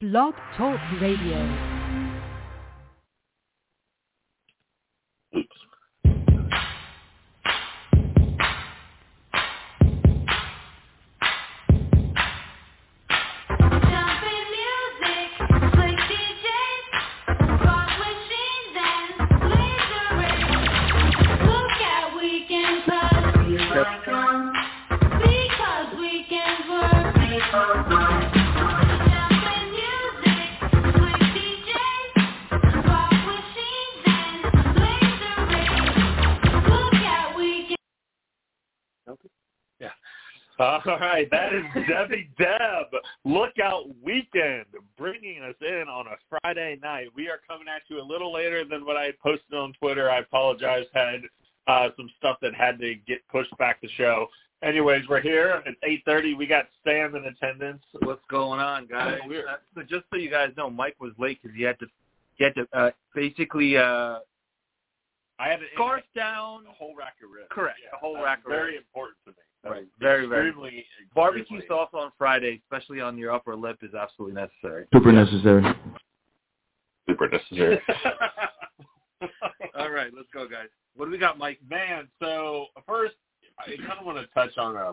Blog Talk Radio. Oops. Jumping music, slick DJs, fog machines and laser rays. Look at weekend buzz. Because weekend work. Jumping music, slick DJs, fog machines and laser rays. Look at weekend. All right, that is Debbie Deb. Lookout Weekend bringing us in on a Friday night. We are coming at you a little later than what I had posted on Twitter. I apologize. Had uh, some stuff that had to get pushed back the show. Anyways, we're here. It's 8.30. We got Sam in attendance. What's going on, guys? Oh, weird. Uh, so just so you guys know, Mike was late because he had to, he had to uh, basically uh, I had an scarf down. the whole rack of ribs. Correct, the whole that's rack of Very important to me. That's Right, very, very Extremely, Barbecue extremely- sauce on Friday, especially on your upper lip, is absolutely necessary. Super necessary. Super necessary. All right, let's go, guys. What do we got, Mike? man, so first, I kind of want to touch on a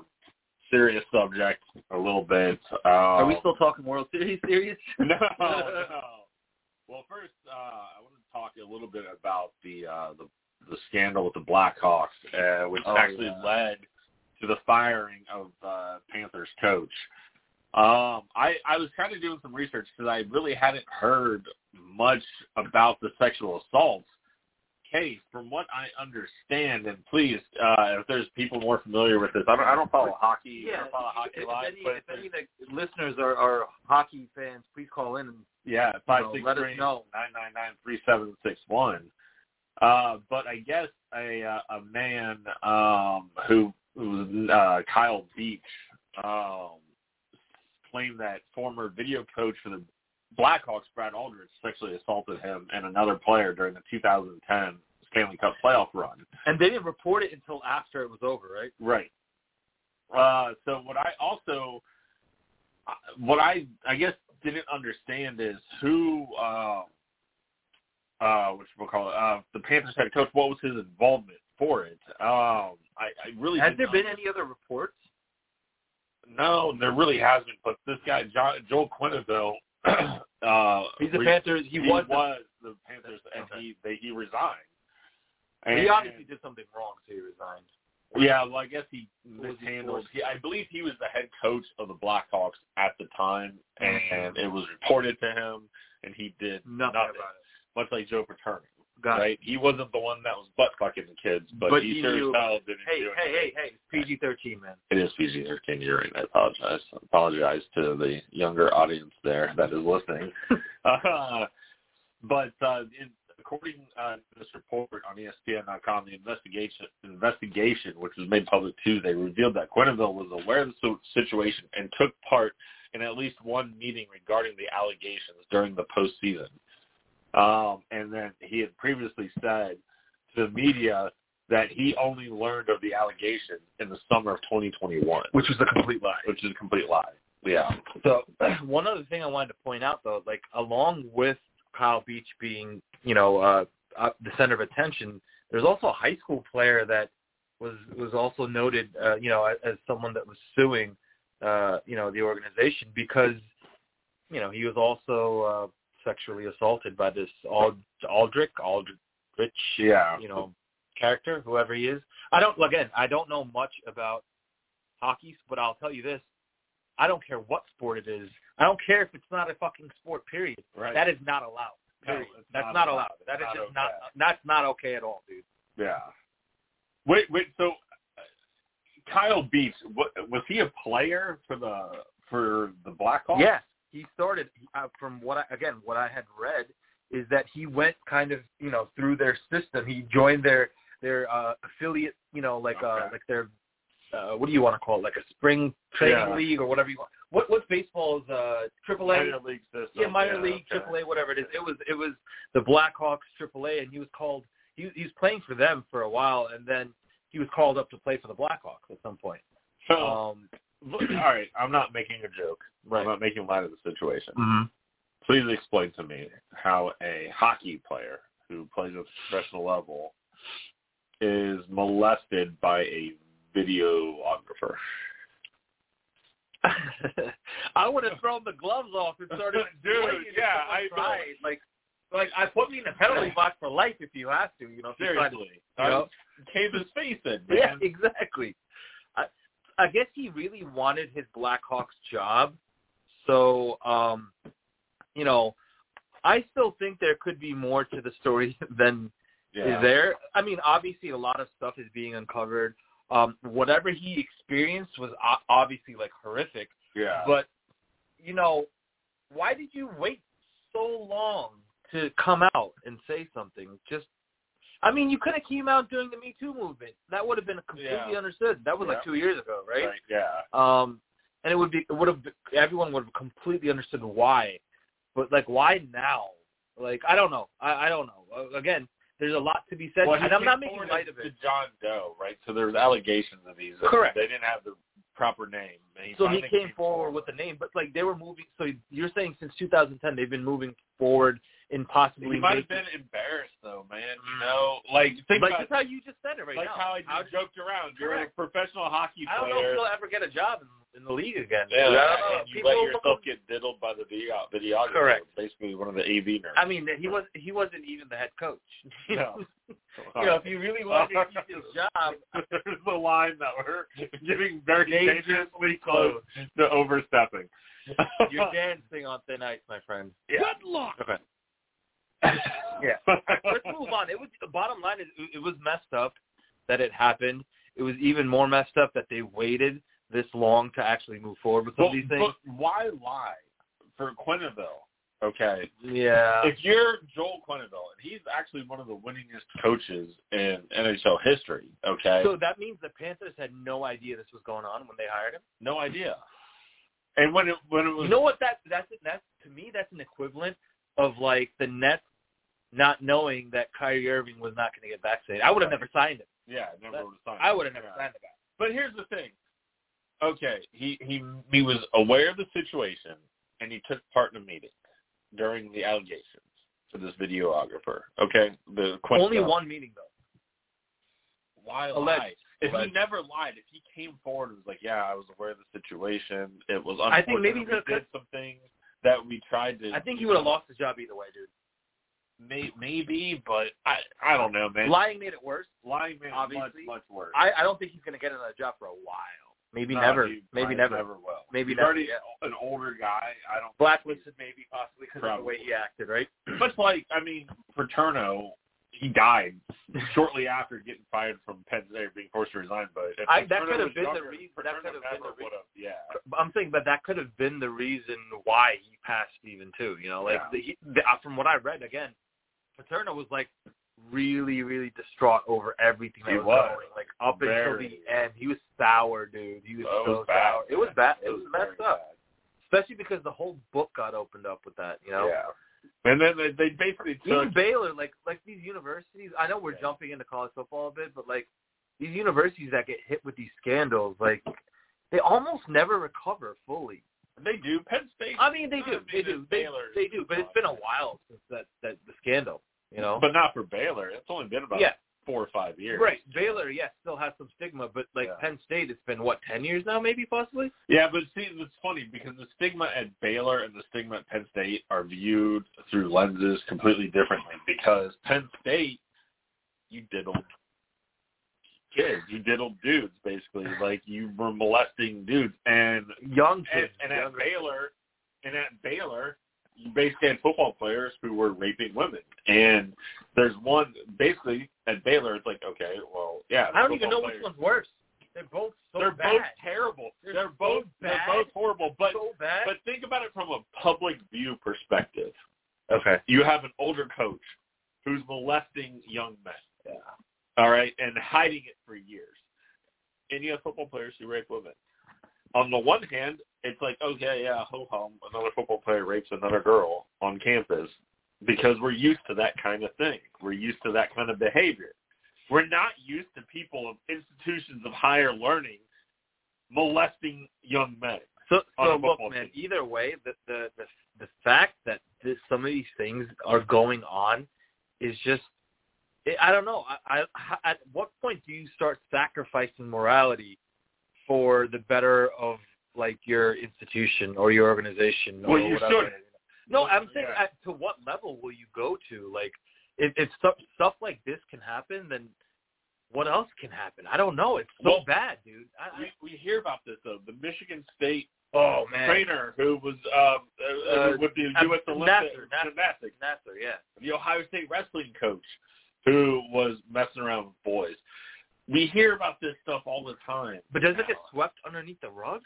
serious subject a little bit. Uh, Are we still talking World Series? Serious? no, no. Well, first, uh, I want to talk a little bit about the uh, the, the scandal with the Blackhawks, uh, which Oh, actually yeah. led to the firing of uh, Panthers coach. Um, I I was kind of doing some research because I really hadn't heard much about the sexual assault case. From what I understand, and please, uh, if there's people more familiar with this, I don't I don't follow hockey. I Yeah. don't follow hockey a If, lot, any, but if any of the listeners are, are hockey fans, please call in. yeah, and five you know, six let three us know. nine nine nine three seven six one. Uh, but I guess a uh, a man um, who who was uh, Kyle Beach um, claimed that former video coach for the Blackhawks Brad Aldridge sexually assaulted him and another player during the 2010 Stanley Cup playoff run. And they didn't report it until after it was over, right? Right. Uh, so what I also, uh, what I I guess didn't understand is who, uh, uh, which we'll call it, uh, the Panthers head coach. What was his involvement for it? Um, I, I really Has didn't there under- been any other reports? No, there really hasn't. But this guy, jo- Joel Quinville, uh, He's a re- Panthers. He, He, was. the- was the Panthers, and Okay. he they, he resigned. he obviously did something wrong, so he resigned. Yeah, well, I guess he What was he mishandled. for? He, I believe he was the head coach of the Blackhawks at the time, and it was reported to him, and he did Nothing, nothing, about it. much like Joe Paterno. Got it. right? He wasn't the one that was butt fucking the kids, but, But he, he sure knew. as hell didn't Hey, do it. hey, hey, hey! PG thirteen, man. It is PG thirteen. You're right. I apologize. I apologize to the younger audience there that is listening. uh, but uh, in, according uh, to this report on E ESPN.com, the investigation investigation, which was made public Tuesday, revealed that Quenneville was aware of the su- situation and took part in at least one meeting regarding the allegations during the postseason. Um, and then he had previously said to the media that he only learned of the allegations in the summer of 2021, Which was a complete lie. which is a complete lie. Yeah. So one other thing I wanted to point out, though, like along with Kyle Beach being, you know, uh, uh, the center of attention, there's also a high school player that was was also noted, uh, you know, as, as someone that was suing, uh, you know, the organization because, you know, he was also uh, sexually assaulted by this Ald- Aldrich Aldrich, Yeah. you know, character, whoever he is. I don't again, I don't know much about hockey, but I'll tell you this. I don't care what sport it is. I don't care if it's not a fucking sport, period. Right. That is not allowed. No, Period. it's That's not not allowed. allowed. That is Not just okay. not that's not okay at all, dude. yeah. Wait, wait. So uh, Kyle Beach, what, was he a player for the for the Blackhawks? Yes, he started uh, from what I again what I had read is that he went kind of you know through their system. He joined their their uh, affiliate, you know, like uh, Okay. like their uh, what do you want to call it, like a spring training Yeah. league or whatever you want. What what baseball is uh, triple A? Minor league system. Yeah, minor league, okay. triple A, whatever it is. It was it was the Blackhawks triple A, and he was called. He he was playing for them for a while, and then he was called up to play for the Blackhawks at some point. So, Um, look, all right, I'm not making a joke. Right. Mm-hmm. I'm not making light of the situation. Please explain to me how a hockey player who plays at the professional level is molested by a videographer. I would have thrown the gloves off and started. Dude, swinging if yeah, someone I know. tried. like, like I put me in the penalty box for life if you have to. You know, if you try to- Seriously, I Yep. caved his face in, Yeah, man. exactly. I, I guess he really wanted his Blackhawks job. So, um, you know, I still think there could be more to the story than is there. I mean, obviously, a lot of stuff is being uncovered. Um, whatever he experienced was o- obviously like horrific. yeah. But you know, why did you wait so long to come out and say something? Just, I mean, you could have came out during the Me Too movement. That would have been completely Yeah. understood. That was Yeah. like two years ago, right? Right, yeah. Um, and it would be, it would have, everyone would have completely understood why. But like, why now? Like, I don't know. I, I don't know. Uh, Again, there's a lot to be said, Well, he and I'm not came making forward light as of it. The John Doe, right? So there was allegations of these. Correct. They didn't have the proper name. and So he finally came forward with the name, but like they were moving. So you're saying since 2010 they've been moving forward in possibly He might have making- been embarrassed though, man. You Mm. know, like think like about that's how you just said it right like now. how I just How- joked around. You're Correct. a professional hockey I don't know if player. you'll ever get a job in, in the league again. Yeah, I don't know. and you People let look- yourself get diddled by the video- videographer. Correct. Basically, one of the AV nerds. I mean, he was he wasn't even the head coach. No. you know, if you really wanted to keep his job, There's the line that we're getting very Dangerously dangerously close to overstepping. you're dancing on thin ice, my friend. Good luck. Yeah. Let's move on. It was the bottom line is it, it was messed up that it happened. It was even more messed up that they waited this long to actually move forward with some of these things. but why lie for Quenneville? Okay. yeah. If you're Joel Quenneville, and he's actually one of the winningest coaches in NHL history, okay? So that means the Panthers had no idea this was going on when they hired him. no idea. And when it when it was You know what? That that's that's to me that's an equivalent of like the Nets not knowing that Kyrie Irving was not going to get vaccinated. I would have Right. never signed him. yeah, I never That- would have signed. I him. would have never Yeah. signed the guy. But here's the thing. Okay, he he he was aware of the situation and he took part in a meeting during the allegations for this videographer. Okay, the Quenneville. Only one meeting though. why lie? Alleged. If he Alleged. never lied, if he came forward and was like, "Yeah, I was aware of the situation. It was unfortunate. I think maybe he we could've- did some things that we tried to." I think he would have lost his job either way, dude. May, maybe, but I I don't know, man. Lying made it worse. lying man, obviously. much much worse. I, I don't think he's going to get another job for a while. Maybe No, never. he Maybe might never. Never will. Maybe He's never. already yeah. an older guy. I don't. Blacklisted maybe possibly because of the way Probably. he acted, right? Much like I mean, Paterno, he died shortly after getting fired from Penn State, being forced to resign. But if I- that Paterno could have was been the younger, reason- that Paterno could have been never the re- would've- Yeah. I'm saying that that could have been the reason why he passed Steven too. You know, like Yeah. the, he, the, uh, from what I read again, Paterno was like really, really distraught over everything that He was, was. going, like up Very. until the end. He was sour, dude. He was That so was bad. sour. It was bad. It, It was, was messed very up, especially because the whole book got opened up with that. You know, Yeah. And then they, they basically took even Baylor, like like these universities. I know we're Yeah. jumping into college football a bit, but like these universities that get hit with these scandals, like they almost never recover fully. they do Penn State, I mean, they I do. mean, They the do. They, Baylor's they do. But it's been a while since that, that the scandal, you know? but not for Baylor. It's only been about yeah, four or five years. right. Baylor, yes, still has some stigma, but like Yeah. Penn State, it's been, what, 10 years now, maybe, possibly? Yeah, but see, it's funny because the stigma at Baylor and the stigma at Penn State are viewed through lenses completely differently. Because Penn State, you diddled kids, you diddled dudes, basically. Like you were molesting dudes, and Young and, kids. and at younger- Baylor, and at Baylor, you basically had football players who were raping women. And there's one basically at Baylor. It's like okay, well, yeah. I don't even know football which players- one's worse. They're both so they're bad. both terrible. They're They're, so both bad. they're both horrible. But so bad. but think about it from a public view perspective. okay. You have an older coach who's molesting young men. All right, and hiding it for years. And you have football players who rape women. On the one hand, it's like, okay, yeah, ho hum, another football player rapes another girl on campus because we're used to that kind of thing. We're used to that kind of behavior. We're not used to people of institutions of higher learning molesting young men. So, on a so look, football man. team. Either way, the, the the the fact that this, some of these things are going on is just it, I don't know. I, I, at what point do you start sacrificing morality for the better of like your institution or your organization? or Well, you whatever? shouldn't. No, I'm saying Yeah. at, to what level will you go to? Like, if, if stuff stuff like this can happen, then what else can happen? I don't know. It's so Well, bad, dude. I, I, We, we hear about this though. The Michigan State oh man, trainer who was um, uh, uh, Uh, with the Ab- U.S. Olympic Nasser, Nasser. gymnastics, Nasser, yeah. the Ohio State wrestling coach who was messing around with boys. We hear about this stuff all the time. But doesn't now. it get swept underneath the rug?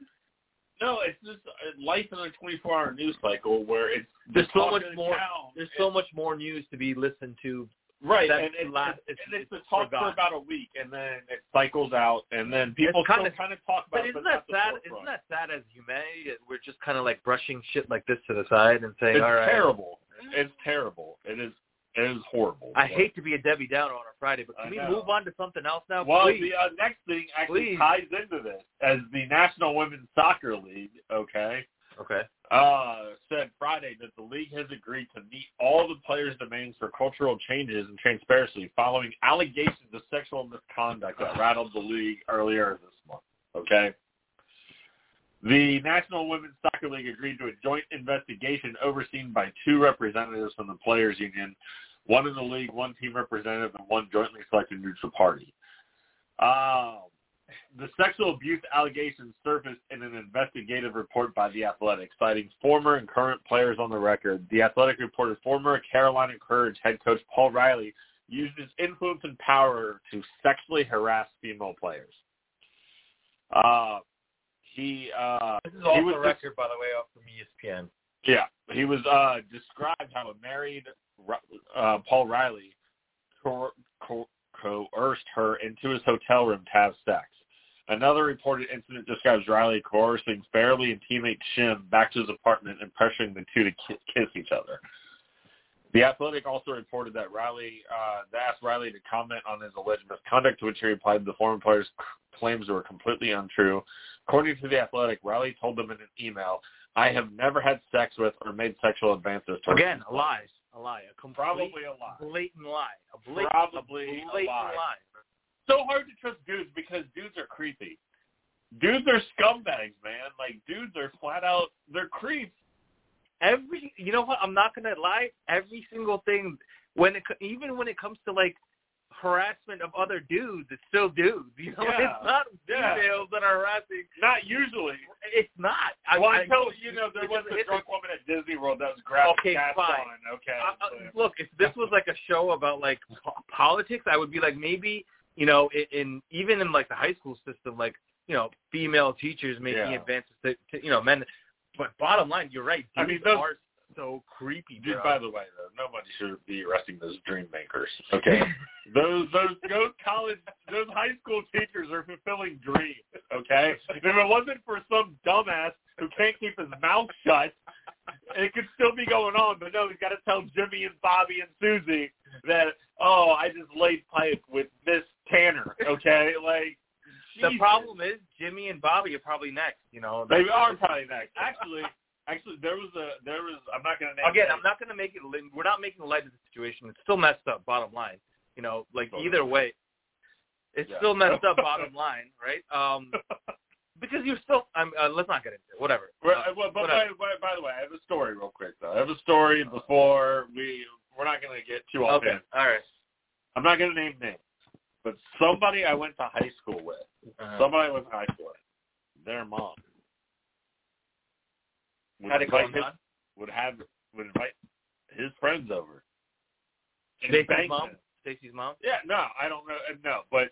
No, it's just uh, life in a 24-hour news cycle where it's There's the so talk much of the more- town. There's It's- so much more news to be listened to. right, that and it's, last- it's, it's- and it's, it's the talk forgotten. for about a week, and then it cycles out, and then people It's kinda- still kind of talk about But it. isn't but that not the sad? forefront. Isn't that sad as humanity that we're just kind of like brushing shit like this to the side and saying, It's "All right, terrible. It's terrible. It is. It is horrible. I But- hate to be a Debbie Downer on a Friday, but I can we know. move on to something else now, Well, please?" the uh, next thing actually Please. ties into this as the National Women's Soccer League, okay, Okay. uh, said Friday that the league has agreed to meet all the players' demands for cultural changes and transparency following allegations of sexual misconduct that rattled the league earlier this month, okay? The National Women's Soccer League agreed to a joint investigation overseen by two representatives from the players' union, one in the league, one team representative, and one jointly selected neutral party. Um, the sexual abuse allegations surfaced in an investigative report by The Athletic, citing former and current players on the record. The Athletic reported former Carolina Courage head coach Paul Riley used his influence and power to sexually harass female players. Uh, he uh, This is He off was the just- record, by the way, off from E ESPN. yeah, he was uh, described how a married uh, Paul Riley co- co- coerced her into his hotel room to have sex. Another reported incident describes Riley coercing Fairley and teammate Shim back to his apartment and pressuring the two to ki- kiss each other. The Athletic also reported that Riley uh, they asked Riley to comment on his alleged misconduct, to which he replied the former player's c- claims were completely untrue. According to The Athletic, Riley told them in an email, I have never had sex with or made sexual advances towards Again, a lie, a lie, a complete, Probably a lie. blatant lie, a blatant, Probably a a blatant lie. lie. So hard to trust dudes because dudes are creepy. Dudes are scumbags, man. Like dudes are flat out they're creeps. every you know what i'm not gonna lie every single thing when it co- even when it comes to like harassment of other dudes it's still dudes you know Yeah. it's not Yeah. females that are harassing Not usually. it's not well, I, tell you know there it was doesn't a hit drunk woman at Disney World that was grabbing Okay, gas fine. Uh, on. Okay. the- I- I- look if this was like a show about like po- politics i would be like maybe you know in, in even in like the high school system like you know female teachers making Yeah. advances to, to you know men but bottom line you're right I dudes mean, those- are so creepy Dude, bro. by the way, though, nobody should be arresting those dream makers. Okay, those those those college those high school teachers are fulfilling dreams. Okay, if it wasn't for some dumbass who can't keep his mouth shut, it could still be going on. But no, he's got to tell Jimmy and Bobby and Susie that oh, I just laid pipe with Miss Tanner. Okay, like The Jesus. problem is Jimmy and Bobby are probably next. You know, They are probably next. Actually, actually, there was a there was. I'm not gonna name again. names. I'm not going to make it. li- We're not making light of the situation. It's still messed up. Bottom line, you know, like Totally. either way, it's Oh, Yeah. still messed up. Bottom line, right? Um, because you're still. I'm, uh, let's not get into it. Whatever. Well, Uh, well, but by, whatever. by, by the way, I have a story real quick though. I have a story before we we're not going to get too off okay. in. All right. I'm not going to name names, but somebody I went to high school with, Uh, somebody I went to high school with, their mom would how'd it go invite his, on? would have would invite his friends over. and Stacy's bang mom. them. Stacy's mom. Yeah, no, I don't know, uh, no, but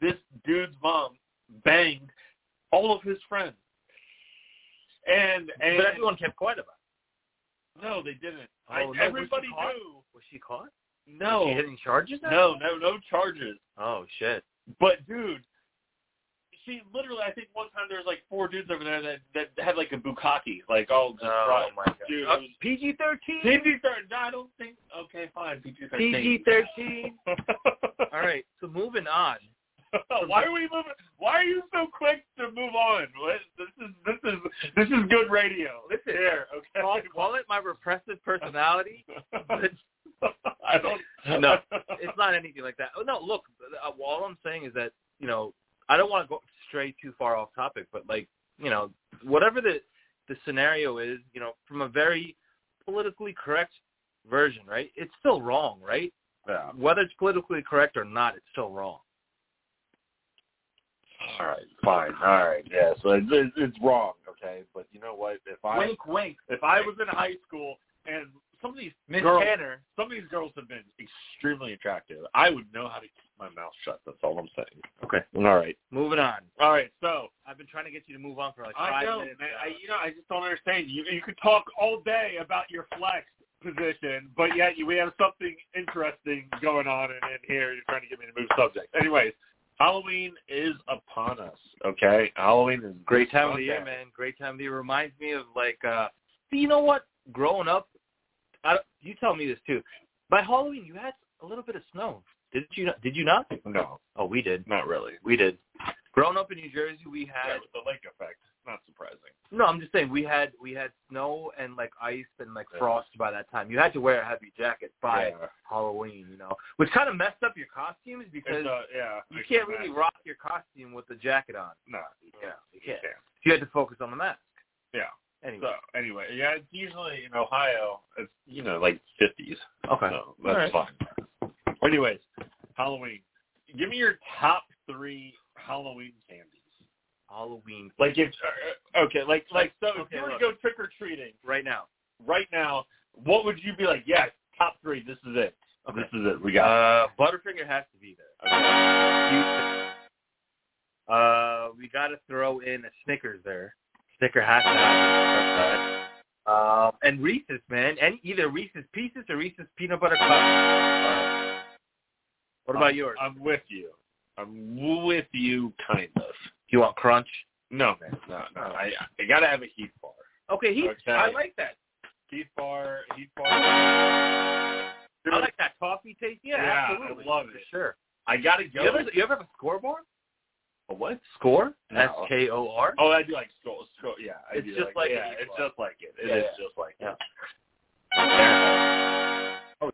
this dude's mom banged all of his friends, and and but everyone kept quiet about. No, they didn't. Oh, I, no, was she everybody caught? knew. it. Was she caught? Was No, she hitting charges? now? no, no, no charges. Oh shit. But dude, she literally. I think one time there was like four dudes over there that that had like a bukkake, like all just Oh right. my god. Dude, it Uh, was- PG thirteen. PG thirteen. No, I don't think. Okay, fine. PG thirteen. PG thirteen. All right, so moving on. why are we moving? Why are you so quick to move on? What, this is this is this is good radio. This is air. Okay. Call, call it my repressive personality, but I don't. No. it's not anything like that. Oh, No, look, uh, all I'm saying is that you know I don't want to go stray too far off topic, but like you know whatever the the scenario is, you know, from a very politically correct version, right? It's still wrong, right? Yeah. Whether it's politically correct or not, it's still wrong. All right. Fine. All right. Yeah. So it's, it's, it's wrong. Okay. But you know what? If I wink, wink. if I was in high school and some of these Miss girls, Tanner, some of these girls have been extremely attractive, I would know how to keep my mouth shut. That's all I'm saying. Okay. All right. moving on. All right. So I've been trying to get you to move on for like five I know, minutes. uh, man. now. I, you know, I just don't understand. You you could talk all day about your flex position, but yet you, we have something interesting going on in, in here. You're trying to get me to move subjects. Anyways, Halloween is upon us. Okay, Halloween is Great time of Okay. the year, man. Great time of the year. Reminds me of like, uh, but you know what? Growing up, I, you tell me this too. By Halloween, you had a little bit of snow. Did you? not- Did you not? No, Oh, we did. not really. We did. Growing up in New Jersey, we Yeah, had with the lake effect, not surprising. no. I'm just saying we had we had snow and like ice and like Yeah. frost by that time. You had to wear a heavy jacket by Yeah. Halloween, you know, which kind of messed up your costumes because It's, uh, yeah, you I can't can really imagine. rock your costume with the jacket on. No, Yeah, you can't. yeah. You had to focus on the mask. Yeah. Anyway. So anyway, yeah, it's usually in Ohio, it's you know like fifties. okay. So that's fine. Anyways, Halloween. Give me your top three Halloween candies. Halloween Like if uh, okay, like like so, if Okay, you were look. to go trick or treating right now. right now, what would you be like? Yes, top three. This is it. Okay. This is it. We got. Uh, Butterfinger has to be there. it. Uh, we got to throw in a Snickers there. Snicker has to have it. Um, and Reese's, man, and either Reese's Pieces or Reese's Peanut Butter Cups. What about I'm- yours? I'm with you. I'm with you, kind of. you want Crunch? No, man, no, no. I, I gotta have a Oh. Heath bar. Okay, he. Okay. I like that. Heath bar, Heath bar. I like that coffee taste. Yeah, Yeah, I absolutely. love for it. sure. I gotta You go. ever, with- you ever have a scoreboard? a what? Score? No. S K O R. Oh, I do like scroll, scroll. Yeah, I It's do just like like, an yeah, equal. it's just like it. It is Yeah, yeah. just like Yeah. it. Yeah. Oh,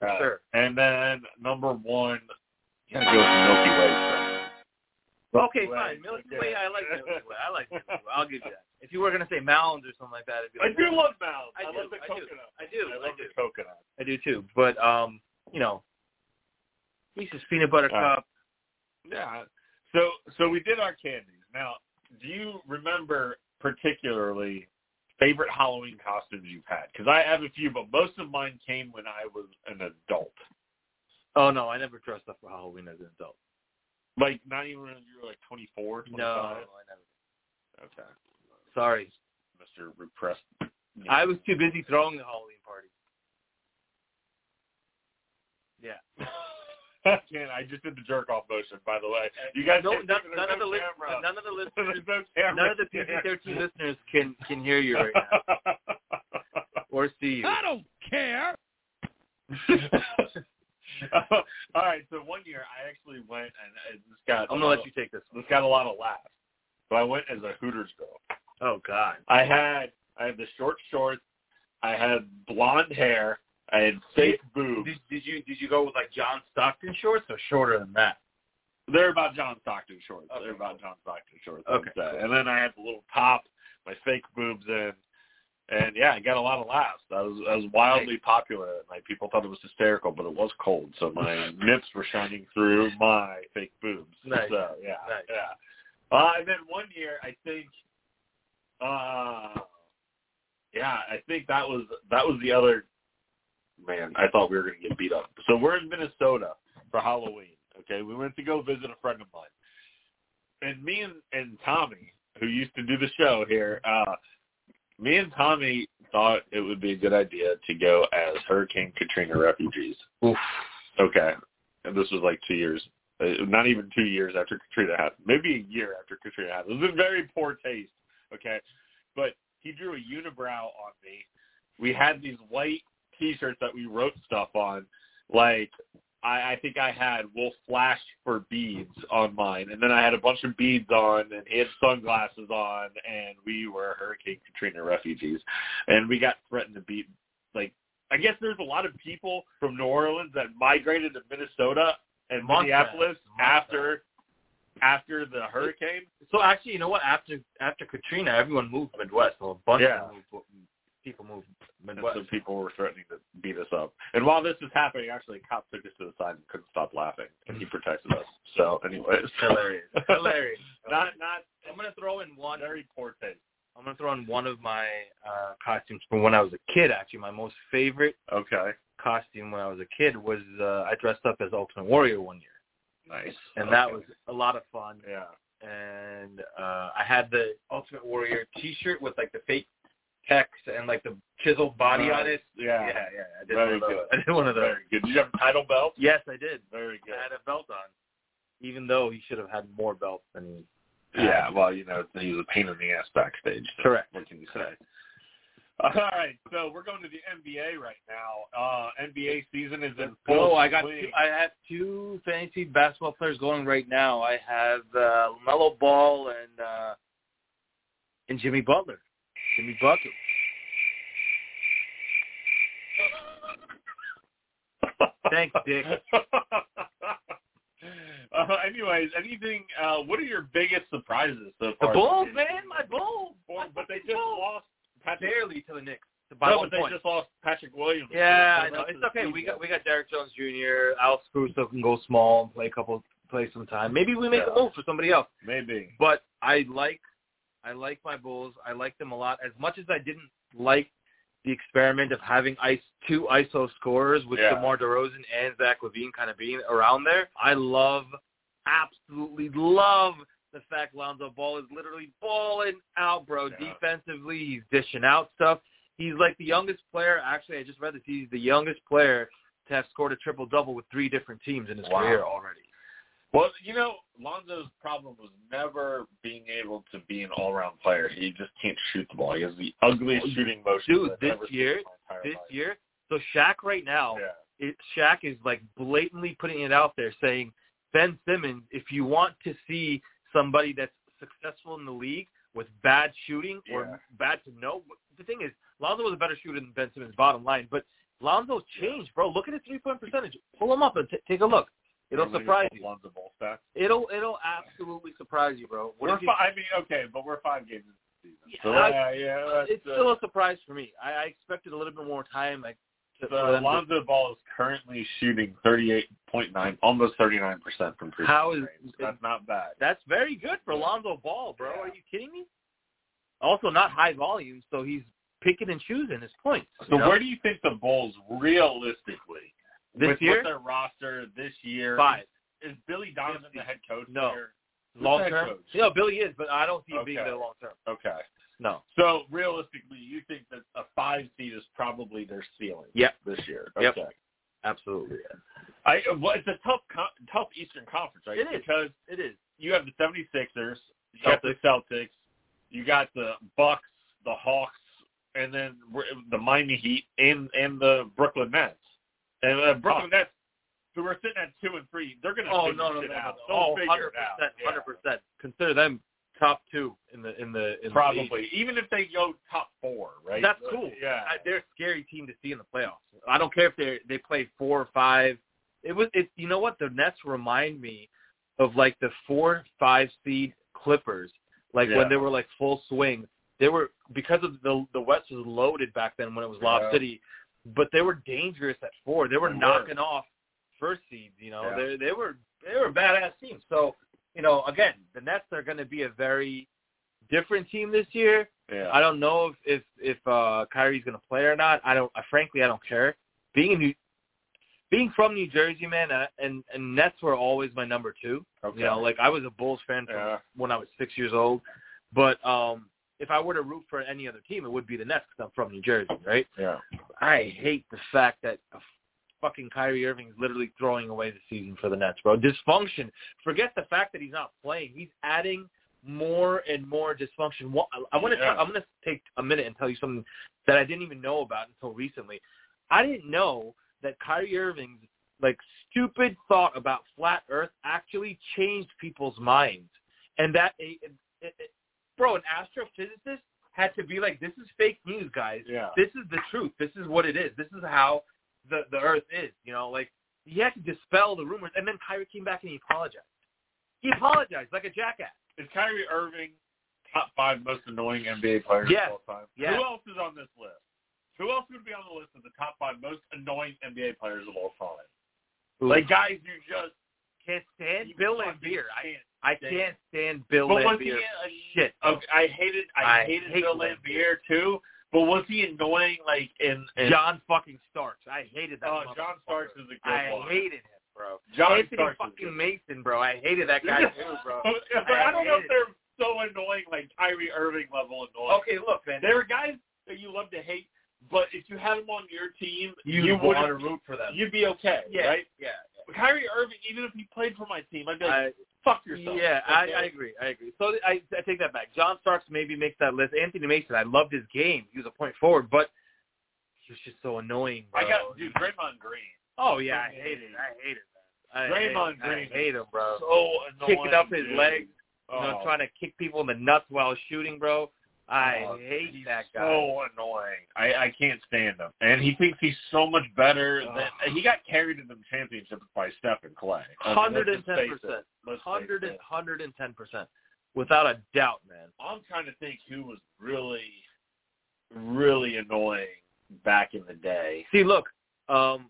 Uh, Sure. And then number one, you gotta go with Milky Way. friend. Okay, Milky fine. Way, Milky okay. Way, I like Milky Way. I like Milky Way. I'll give you that. If you were gonna say Mounds or something like that, it'd be I like, do love Mounds. I I, do, love the I do, coconut. I do, I I love do. the coconut. I do too. But um, you know, Reese's peanut butter All right. cup. Yeah. So so we did our candies. Now, do you remember particularly favorite Halloween costumes you've had? Because I have a few, but most of mine came when I was an adult. Oh no, I never dressed up for Halloween as an adult. Like not even when you were like 24, No, I 25. never. Okay. Sorry, Mr. Repressed. I was too busy throwing the Halloween party. Yeah. Man, I just did the jerk off motion. By the way, you guys Uh, No, can't none, see it. none of the There's li- no camera. none of the There's listeners, no camera. none of the PG-13 listeners can can hear you right now or see you. I don't care. All right, so one year I actually went and and this got I'm gonna let you take this. this got a lot of laughs. So I went as a Hooters girl. Oh God. I had I had the short shorts, I had blonde hair, I had fake boobs. Did, did you did you go with like John Stockton shorts or shorter than that? They're about John Stockton shorts. Okay, They're about cool. John Stockton shorts. Okay, And, uh, and then I had the little top, my fake boobs in, and yeah, I got a lot of laughs. I was I was wildly popular at night. People thought it was hysterical, but it was cold, so my nips were shining through my fake boobs. Nice. So yeah, Nice. yeah. Uh, and then one year, I think, uh, yeah, I think that was that was the other man. I thought we were going to get beat up. So we're in Minnesota for Halloween. Okay, we went to go visit a friend of mine, and me and and Tommy, who used to do the show here, uh, me and Tommy thought it would be a good idea to go as Hurricane Katrina refugees. Oof. Okay, and this was like two years, uh, not even two years after Katrina happened, maybe a year after Katrina happened. It was in very poor taste. Okay, but he drew a unibrow on me. We had these white T-shirts that we wrote stuff on, like I, I think I had Will Flash for beads on mine, and then I had a bunch of beads on, and he had sunglasses on, and we were Hurricane Katrina refugees, and we got threatened to beat. Like, I guess there's a lot of people from New Orleans that migrated to Minnesota and Montana. Minneapolis Montana. after after the hurricane. So actually, you know what? After after Katrina, everyone moved Midwest. So a bunch Yeah. of moved, people moved And Midwest. so people were threatening to beat us up. And while this was happening, actually, a cop took us to the side and couldn't stop laughing, and he protected us. So, anyways, It's hilarious. hilarious. not not I'm gonna throw in one. very poor thing. I'm gonna throw in one of my uh, costumes from when I was a kid. Actually, my most favorite Okay, costume when I was a kid was uh, I dressed up as Ultimate Warrior one year, nice. and that Okay. was a lot of fun. yeah. And uh, I had the Ultimate Warrior T-shirt with like the fake text and like the chiseled body Nice. on it. Yeah. yeah, yeah. I did Very one of those. good. I did one of those. Very good. Did you have a title belt? Yes, I did. Very I had a belt on, even though he should have had more belts than he. Yeah. Well, you know, he was a pain in the ass backstage. so Correct. What can you say? All right, so we're going to the NBA right now. Uh, NBA season is in full Oh, I got. swing. Two, I have two fantasy basketball players going right now. I have uh, Lamelo Ball and uh, and Jimmy Butler. Jimmy Butler. Thanks, Dick. uh, anyways, anything? Uh, what are your biggest surprises so The far? Bulls, man, my Bulls. Boy, My but they fucking just Bulls. lost Patrick. barely to the Knicks by No, one but they point. just lost Patrick Williams. Yeah, For I the know. rest It's of the okay. We season. got we got Derek Jones Jr. Al Caruso can go small and play a couple play some time. Maybe we make Yeah. a move for somebody else. maybe. But I like I like my Bulls. I like them a lot. As much as I didn't like the experiment of having ice two ISO scorers with Yeah. DeMar DeRozan and Zach Levine kind of being around there, I love absolutely love the fact Lonzo Ball is literally balling out, bro. Yeah. Defensively, he's dishing out stuff. He's like the youngest player. Actually, I just read this. He's the youngest player to have scored a triple double with three different teams in his Wow. career already. Well, you know, Lonzo's problem was never being able to be an all-around player. He just can't shoot the ball. He has the ugliest Dude, shooting motion this I've ever year- seen in my entire This life. year, so Shaq right now, it, Shaq is like blatantly putting it out there, saying Ben Simmons, if you want to see somebody that's successful in the league with bad shooting Yeah. or bad to no, the thing is Lonzo was a better shooter than Ben Simmons. Bottom line, but Lonzo's changed, bro. Look at his three point percentage. Pull him up and t- take a look. Yeah. It'll Everybody surprise calls you. Lonzo Ball stats. It'll it'll absolutely surprise you, bro. What We're did fi- you- I mean, okay, but we're five games into the season. So, Yeah, I- yeah, yeah. that's, it's uh, still a surprise for me. I, I expected a little bit more time. Like, to, for So them to- Lonzo Ball is currently shooting 38.9, almost 39% from free How throw is- range. That's not bad. That's very good for Lonzo Ball, bro. Are you kidding me? Also, not high volume, so he's picking and choosing his points. you So know? where do you think the Bulls realistically this with, year, with their roster this year five is Billy Donovan the head coach No. here? Who's the long head term. coach? No, Billy is, but I don't see him being Okay. there long term. Okay. No. So realistically, you think that a five seed is probably their ceiling Yep. this year. Yep. Okay. Absolutely. I well, it's a tough co- tough Eastern Conference, right? It is. because It is. you have the 76ers, you got the Celtics, you got the Bucks, the Hawks, and then we're- the Miami Heat and and the Brooklyn Nets. And the Brooklyn Nets, who are sitting at two and three, they're gonna Oh figure no, no, no, shit no, out. no. They'll Oh, figure 100 it out. percent, Yeah. hundred percent. Consider them top two in the in the in The league. Probably, even if they go top four, right? That's cool. Yeah, I, they're a scary team to see in the playoffs. I don't care if they they play four or five. It was it. You know what? The Nets remind me of like the four five seed Clippers, like Yeah. when they were like full swing. They were because of the the West was loaded back then when it was Lob Yeah. City, but they were dangerous at four. They were They were. knocking off first seeds. You know, Yeah. they they were they were a badass team. So you know, again, the Nets are going to be a very different team this year. yeah. I don't know if if, if uh, Kyrie's going to play or not. I don't. I, frankly, I don't care. Being in New, being from New Jersey, man, uh, and and Nets were always my number two. okay. You know, like I was a Bulls fan from yeah. when I was six years old, but um, if I were to root for any other team, it would be the Nets because I'm from New Jersey, right? Yeah. I hate the fact that a fucking Kyrie Irving is literally throwing away the season for the Nets, bro. Dysfunction. Forget the fact that he's not playing. He's adding more and more dysfunction. Wha- I- I'm gonna Yeah. I'm gonna take a minute and tell you something that I didn't even know about until recently. I didn't know that Kyrie Irving's like stupid thought about flat Earth actually changed people's minds, and that a, it, it, bro, an astrophysicist had to be like, this is fake news, guys. Yeah. This is the truth. This is what it is. This is how the the Earth is. You know, like he had to dispel the rumors, and then Kyrie came back and he apologized. He apologized like a jackass. Is Kyrie Irving top five most annoying NBA players Yes. of all time? Yes. Who else is on this list? Who else would be on the list of the top five most annoying NBA players of all time? Like guys you just can't stand you Bill fucking Lambier. I can't. I can't stand Bill But was he Lambier. a Shit. Okay, I hated I, I hated hate Bill Lambier too, but was he annoying like in, in John fucking Starks. I hated that. Oh, motherfucker. John Starks is a good I one. hated him, bro. John Anthony Starks is fucking good. Mason, bro. I hated that guy too, bro. but but I, I don't know if hated they're so annoying like Kyrie Irving level annoying. Okay, look, man. There are guys that you love to hate, but if you had them on your team, you, would want to root for them. you'd be okay, yeah, right? yeah. But Kyrie Irving, even if he played for my team, I'd be like, I, fuck yourself. yeah, I, Okay? I agree. I agree. So I, I take that back. John Starks maybe makes that list. Anthony Mason, I loved his game. He was a point forward, but he was just so annoying. Bro. I got dude Draymond Green. Oh yeah, I hated it. I hated that. I Draymond hate, Green. I hate him, bro. So annoying. Kicking up his dude. legs, Oh, you know, trying to kick people in the nuts while shooting, bro. I Oh, hate he's that guy. So annoying. I, I can't stand him. And he thinks he's so much better than he got carried in them championships by Steph and Clay. I mean, let's Hundred and just ten face it. percent. Let's face Hundred and it. hundred and ten percent. Without a doubt, man. I'm trying to think who was really, really annoying back in the day. See, look, um,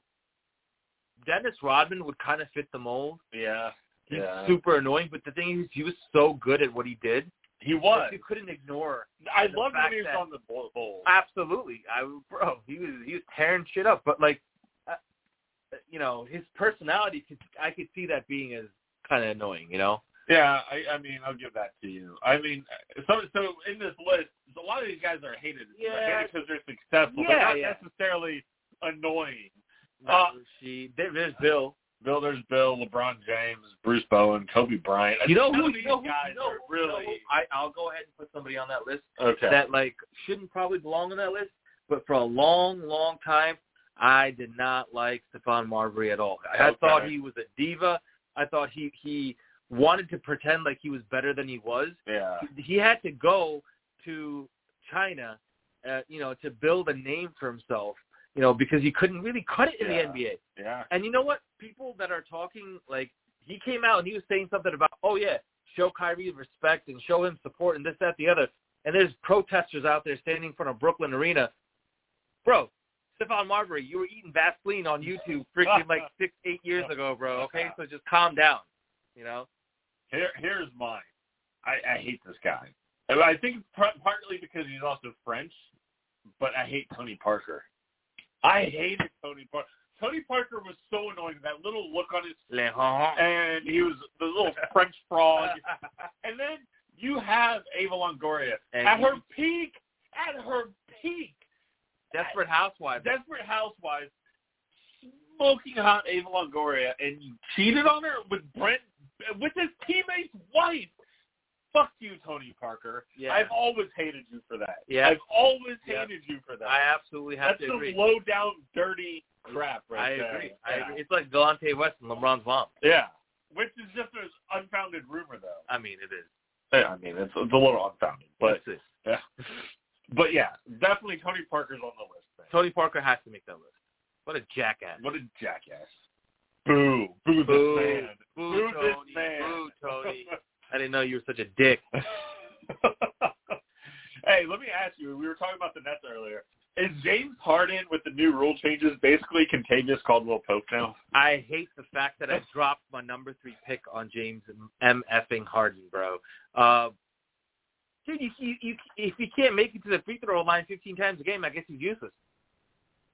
Dennis Rodman would kind of fit the mold. Yeah. He's yeah. super annoying, but the thing is, he was so good at what he did. He that was. You couldn't ignore. I the loved when fact he was that- on the Bull- Bulls. Absolutely, I bro, he was he was tearing shit up. But like, uh, you know, his personality, could, I could see that being as kind of annoying. You know, Yeah, I, I mean, I'll give that to you. I mean, so so in this list, a lot of these guys are hated Yeah. because they're successful. they're Yeah, not yeah. necessarily annoying. Not Uh, she there, there's Bill. Bill, there's Bill, LeBron James, Bruce Bowen, Kobe Bryant. You know None who? of these You know who? guys you know, are who- you know really who? I, I'll go ahead and put somebody on that list okay. that like shouldn't probably belong on that list, but for a long, long time, I did not like Stefan Marbury at all. I, I Okay. thought he was a diva. I thought he he wanted to pretend like he was better than he was. yeah, He had to go to China, uh, you know, to build a name for himself, you know, because he couldn't really cut it in Yeah. the NBA. yeah, And you know what? People that are talking like he came out and he was saying something about, oh yeah, show Kyrie respect and show him support and this, that, the other. And there's protesters out there standing in front of Brooklyn Arena. Bro, Stephon Marbury, you were eating Vaseline on YouTube freaking like six, eight years ago, bro. Okay, so just calm down. You know, Here, here's mine. I, I hate this guy. And I think pr- partly because he's also French, but I hate Tony Parker. I hated Tony Parker. Tony Parker was so annoying. That little look on his and he was the little French frog. And then you have Ava Longoria And at her he- peak, at her peak, desperate housewife. Uh, Desperate Housewives, smoking hot Ava Longoria, and you cheated on her with Brent, with his teammate's wife. Fuck you, Tony Parker. Yeah. I've always hated you for that. Yeah. I've always Yeah. hated you for that. I absolutely have That's to some agree. low down, dirty crap right I there. agree. I Yeah. agree. It's like Delonte West and LeBron's mom. Yeah. Which is just an unfounded rumor, though. I mean, it is. Yeah, I mean, it's, it's a little unfounded, but That's it. yeah. but yeah, definitely Tony Parker's on the list. man. Tony Parker has to make that list. What a jackass. What a jackass! Boo, boo, this man. Boo, Boo Tony. this man. Boo, Tony. I didn't know you were such a dick. hey, let me ask you. We were talking about the Nets earlier. Is James Harden with the new rule changes basically contagious Caldwell Pope now? I hate the fact that I dropped my number three pick on James M. effing Harden, bro. Uh, dude, you, you, you, if you can't make it to the free throw line 15 times a game, I guess he's useless.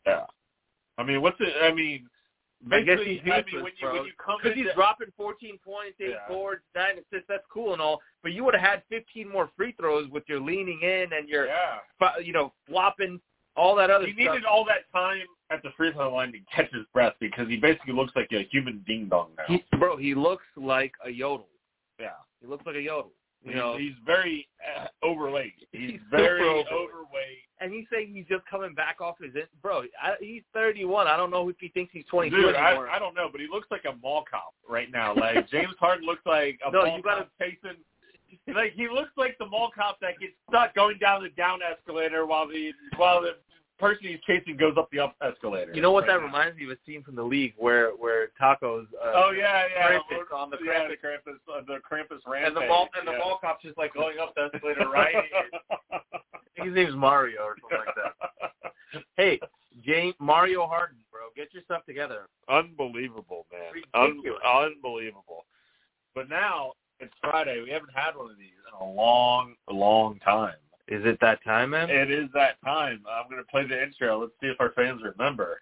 Yeah. I mean, what's it? I mean, I guess basically, he's I, useless, mean, when you bro. when you come Because he's into dropping 14 points, 8 Yeah. boards, 9 assists, that's cool and all, but you would have had 15 more free throws with your leaning in and your, yeah. fi- you know, flopping, all that other He stuff. needed all that time at the free throw line to catch his breath because he basically looks like a human ding dong now. He, bro, he looks like a yodel. yeah, He looks like a yodel. You he's, know, he's very uh, overweight. He's, He's super very overweight. overweight. and you say he's just coming back off his in- bro. I, he's 31. I don't know if he thinks he's 22 Dude, anymore. I, I don't know, but he looks like a mall cop right now. Like James Harden looks like a No, mall you gotta- cop chasing. Like he looks like the mall cop that gets stuck going down the down escalator while the while the person he's chasing goes up the up escalator. you know what right that now. reminds me of a scene from the league where where tacos. Uh, Oh yeah, yeah. Krampus on the yeah, the Krampus, uh, the Krampus rampage. and the ball and the yeah. ball cop's just like going up the escalator right. I think his name's Mario or something like that. Hey, James Mario Harden, bro, get yourself together. Unbelievable, man. Un- Ridiculous. unbelievable. But now it's Friday. We haven't had one of these in a long, long time. Is it that time, man? It is that time. I'm going to play the intro. Let's see if our fans remember.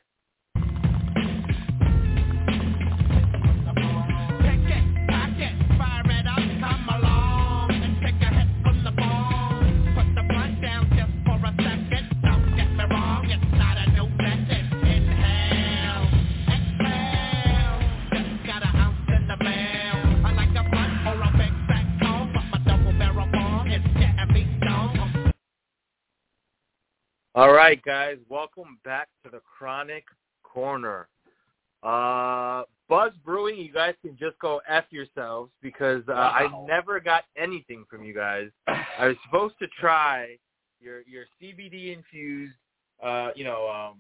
All right, guys, welcome back to the Chronic Corner. Uh, Buzz Brewing, you guys can just go f yourselves because uh, Wow. I never got anything from you guys. I was supposed to try your your CBD infused, uh, you know, um,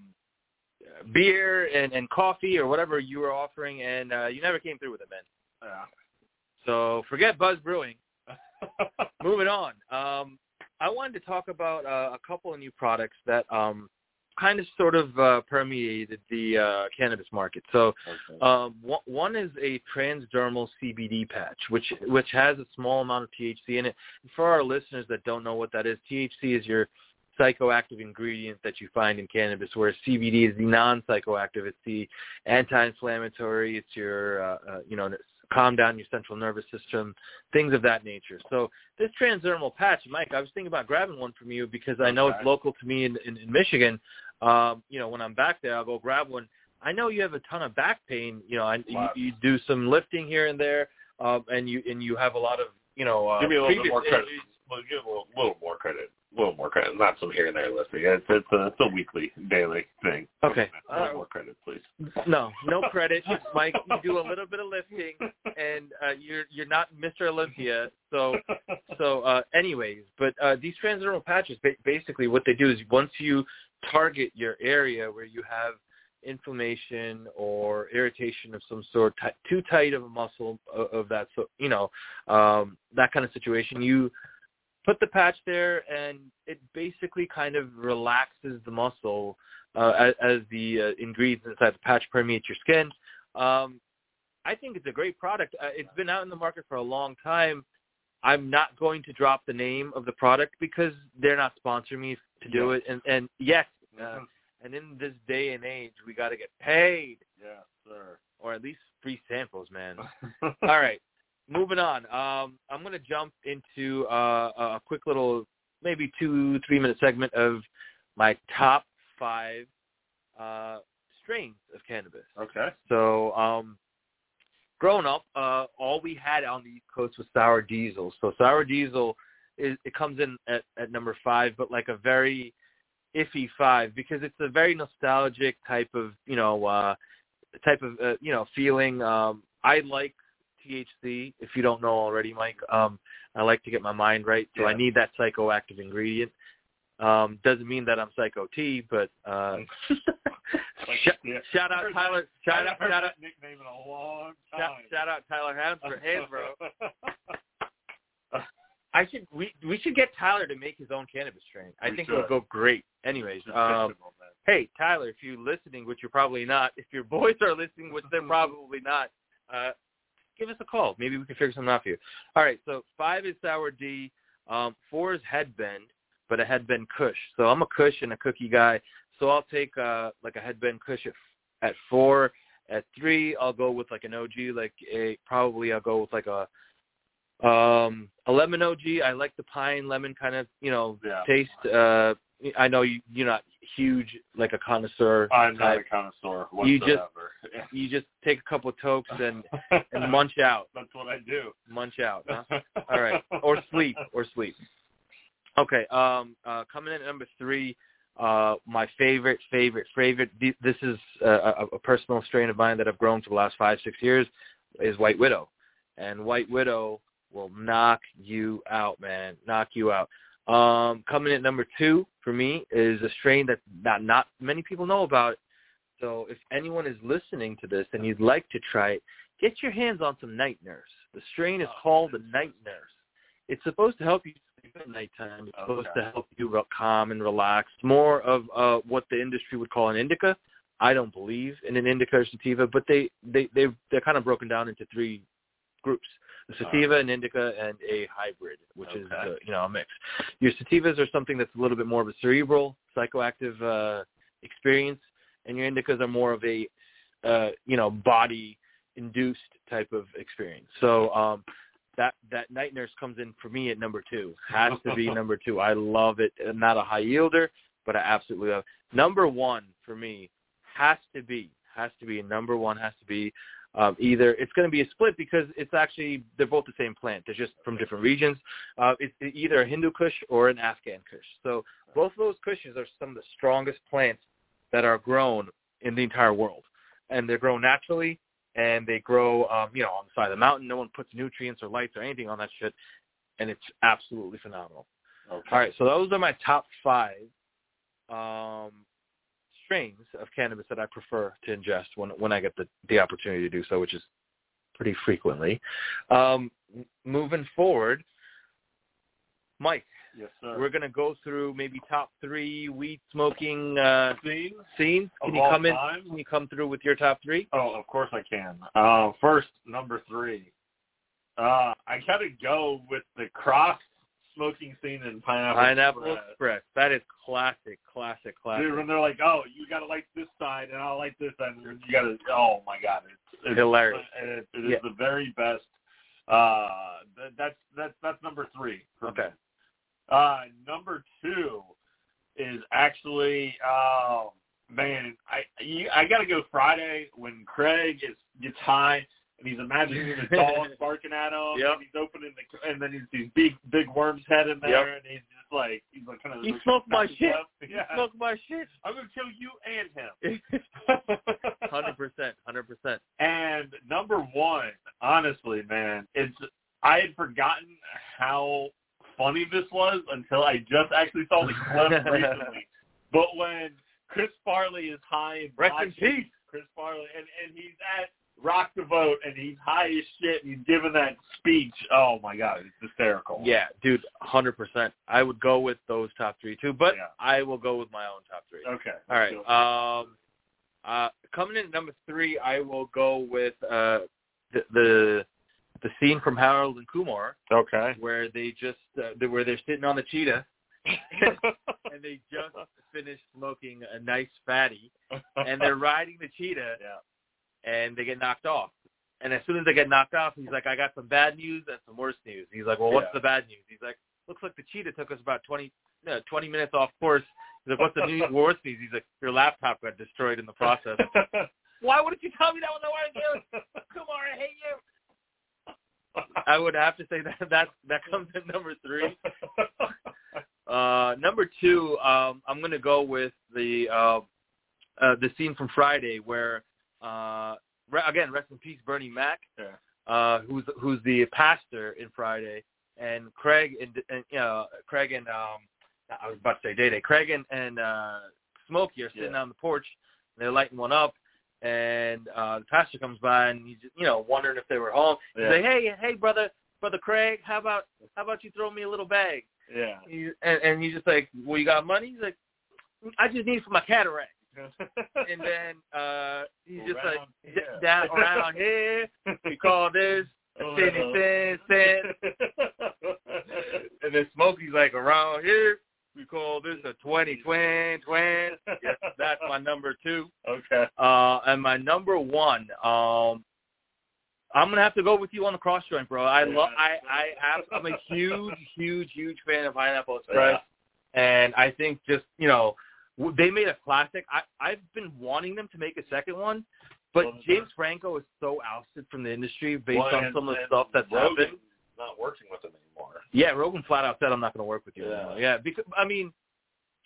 beer and, and coffee or whatever you were offering, and uh, you never came through with it, man. So forget Buzz Brewing. Moving on. Um, I wanted to talk about uh, a couple of new products that um, kind of sort of uh, permeated the uh, cannabis market. So um, one- one is a transdermal CBD patch, which which has a small amount of THC in it. For our listeners that don't know what that is, THC is your psychoactive ingredient that you find in cannabis, whereas CBD is the non-psychoactive. It's the anti-inflammatory. It's your uh, uh, you know calm down your central nervous system, things of that nature. So this transdermal patch, Mike, I was thinking about grabbing one from you because I know it's Okay. local to me in, in, in Michigan. Um, you know, when I'm back there, I'll go grab one. I know you have a ton of back pain. You know, I, you, Lots. you do some lifting here and there, um, and you and you have a lot of you know uh, give me a little bit previous more credit. injuries. Well, give a little, little more credit. A little more credit. Not some here and there listening. It's it's a, it's a weekly, daily thing. Okay. A little more credit, please. No, no credit, Mike. You do a little bit of lifting, and uh, you're you're not Mr. Olympia. So so uh, anyways, but uh, these transdermal patches ba- basically what they do is once you target your area where you have inflammation or irritation of some sort, ti too tight of a muscle of, of that, so you know um, that kind of situation, you put the patch there, and it basically kind of relaxes the muscle uh, as, as the uh, ingredients inside the patch permeate your skin. Um, I think it's a great product. Uh, it's been out in the market for a long time. I'm not going to drop the name of the product because they're not sponsoring me to do it. And, and yes, uh, and in this day and age, we got to get paid Yes, sir. or at least free samples, man. All right, moving on. Um, I'm going to jump into uh, a quick little, maybe two, three minute segment of my top five uh, strains of cannabis. okay. So, um, growing up, uh, all we had on the East Coast was sour diesel. So sour diesel is it comes in at, at number five, but like a very iffy five because it's a very nostalgic type of you know uh, type of uh, you know feeling. Um, I like THC. If you don't know already, Mike, um, I like to get my mind right, so I Yeah. need that psychoactive ingredient. Um, doesn't mean that I'm psycho T, but uh, Like, shout, yeah. shout out Tyler, shout out, I've heard shout out, that nickname in a long Shout, time. shout out Tyler Hansbro. Hansbro. bro. I should we we should get Tyler to make his own cannabis strain. I We think should. it'll go great. Anyways, um, hey Tyler, if you're listening, which you're probably not, if your boys are listening, which they're probably not, uh, give us a call. Maybe we can figure something out for you. All right, so five is sour D, um, four is headbend, but a headband Kush. So I'm a Kush and a cookie guy. So I'll take uh, like a headband Kush at, at four. At three, I'll go with like an OG, like a probably I'll go with like a um a lemon OG. I like the pine lemon kind of you know Yeah. taste. Uh, I know you you're not huge like a connoisseur. I'm not a type. connoisseur whatsoever. You just- You just take a couple of tokes and and munch out, That's what I do. munch out. Huh? All right, or sleep, or sleep. Okay. Um, uh, coming in at number three, Uh, my favorite, favorite, favorite. th- This is a, a, a personal strain of mine that I've grown for the last five, six years. Is White Widow, and White Widow will knock you out, man, knock you out. Um, coming at number two for me is a strain that not not many people know about. So if anyone is listening to this and you'd like to try it, get your hands on some night nurse. The strain is called the night nurse. It's supposed to help you sleep at nighttime. It's supposed to help you re- calm and relax. More of uh, what the industry would call an indica. I don't believe in an indica or sativa, but they they they they're kind of broken down into three groups: a sativa, an indica, and a hybrid, which is Okay. uh, you know a mix. Your sativas are something that's a little bit more of a cerebral, psychoactive uh, experience, and your indicas are more of a uh, you know body induced type of experience. So um, that that night nurse comes in for me at number two. Has to be number two. I love it. I'm not a high yielder, but I absolutely love. It. Number one for me has to be has to be number one has to be um, either it's going to be a split because it's actually they're both the same plant. They're just from different regions. Uh, it's either a Hindu Kush or an Afghan Kush. So both of those Kushes are some of the strongest plants that are grown in the entire world, and they're grown naturally and they grow, um, you know, on the side of the mountain. No one puts nutrients or lights or anything on that shit, and it's absolutely phenomenal. Okay. All right, so those are my top five um, strains of cannabis that I prefer to ingest when when I get the the opportunity to do so, which is pretty frequently. Um, m- moving forward, Mike, Yes, sir. we're gonna go through maybe top three weed smoking uh, Scene? scenes. Of Can you all come in? time? Can you come through with your top three? Oh, of course I can. Uh, first, number three. Uh, I gotta go with the cross smoking scene in Pineapple. Pineapple Express. Express. That is classic, classic, classic. Dude, when they're like, "Oh, you gotta like this side, and I'll like this side," and you gotta, oh my god, it's, it's Hilarious. and It, it is Yeah. the very best. Uh, th- that's that's that's number three. for me. Okay. Uh, number two is actually, uh, man, I you, I gotta go Friday when Craig is gets high and he's imagining the dog barking at him. Yep. And he's opening the and then he's these big big worms head in there, and he's just like he's like kind of You smoked my shit. Yeah. Smoke my shit. I'm gonna kill you and him. Hundred percent, hundred percent. and number one, honestly, man, it's I had forgotten how funny this was until I just actually saw the clip recently. But when Chris Farley is high and Rest in watching peace. Chris Farley, and and he's at Rock the Vote, and he's high as shit, and he's giving that speech. Oh my god, it's hysterical. Yeah, dude, hundred percent. I would go with those top three too, but Yeah. I will go with my own top three. Okay. All right. Um, uh, coming in at number three, I will go with uh, the, the the scene from Harold and Kumar okay. where they just uh, they- where they're sitting on the cheetah and they just finished smoking a nice fatty and they're riding the cheetah yeah. and they get knocked off. And as soon as they get knocked off, he's like, I got some bad news and some worse news. He's like, well, what's Yeah. the bad news? He's like, looks like the cheetah took us about 20, no, 20 minutes off course. He's like, what's the new worse news? He's like, your laptop got destroyed in the process. Why wouldn't you tell me that when I wanted you? Kumar, I hate you. I would have to say that that that comes in number three. Uh, number two, um, I'm gonna go with the uh, uh, the scene from Friday where uh, re- again, rest in peace, Bernie Mac, Yeah. uh, who's who's the pastor in Friday, and Craig and, and you know, Craig and um, I was about to say Day Day, Craig and, and uh, Smokey are sitting Yeah. on the porch, and they're lighting one up, and uh, the pastor comes by and he's you know wondering if they were home. Yeah. He's like, hey, hey, brother, brother Craig, how about how about you throw me a little bag? yeah. He, and, and he's just like, well, you got money? He's like, I just need it for my cataract and then uh he's just Around like here. d- down around here. We call this a Oh, city no. sin sin. And then Smokey's like around here. We call this a twenty twin twin. Yes, that's my number two. okay. Uh, and my number one, um, I'm gonna have to go with you on the cross joint, bro. I love, I, I, abs- I'm a huge, huge, huge fan of Pineapple Express, and I think just you know, w- they made a classic. I, I've been wanting them to make a second one, but Well, James Franco is so ousted from the industry based Well, on and- some of the and stuff that's Rogan's happened. Not working with them anymore. Yeah, Rogan flat out said I'm not gonna work with you. Yeah. anymore. yeah, because I mean,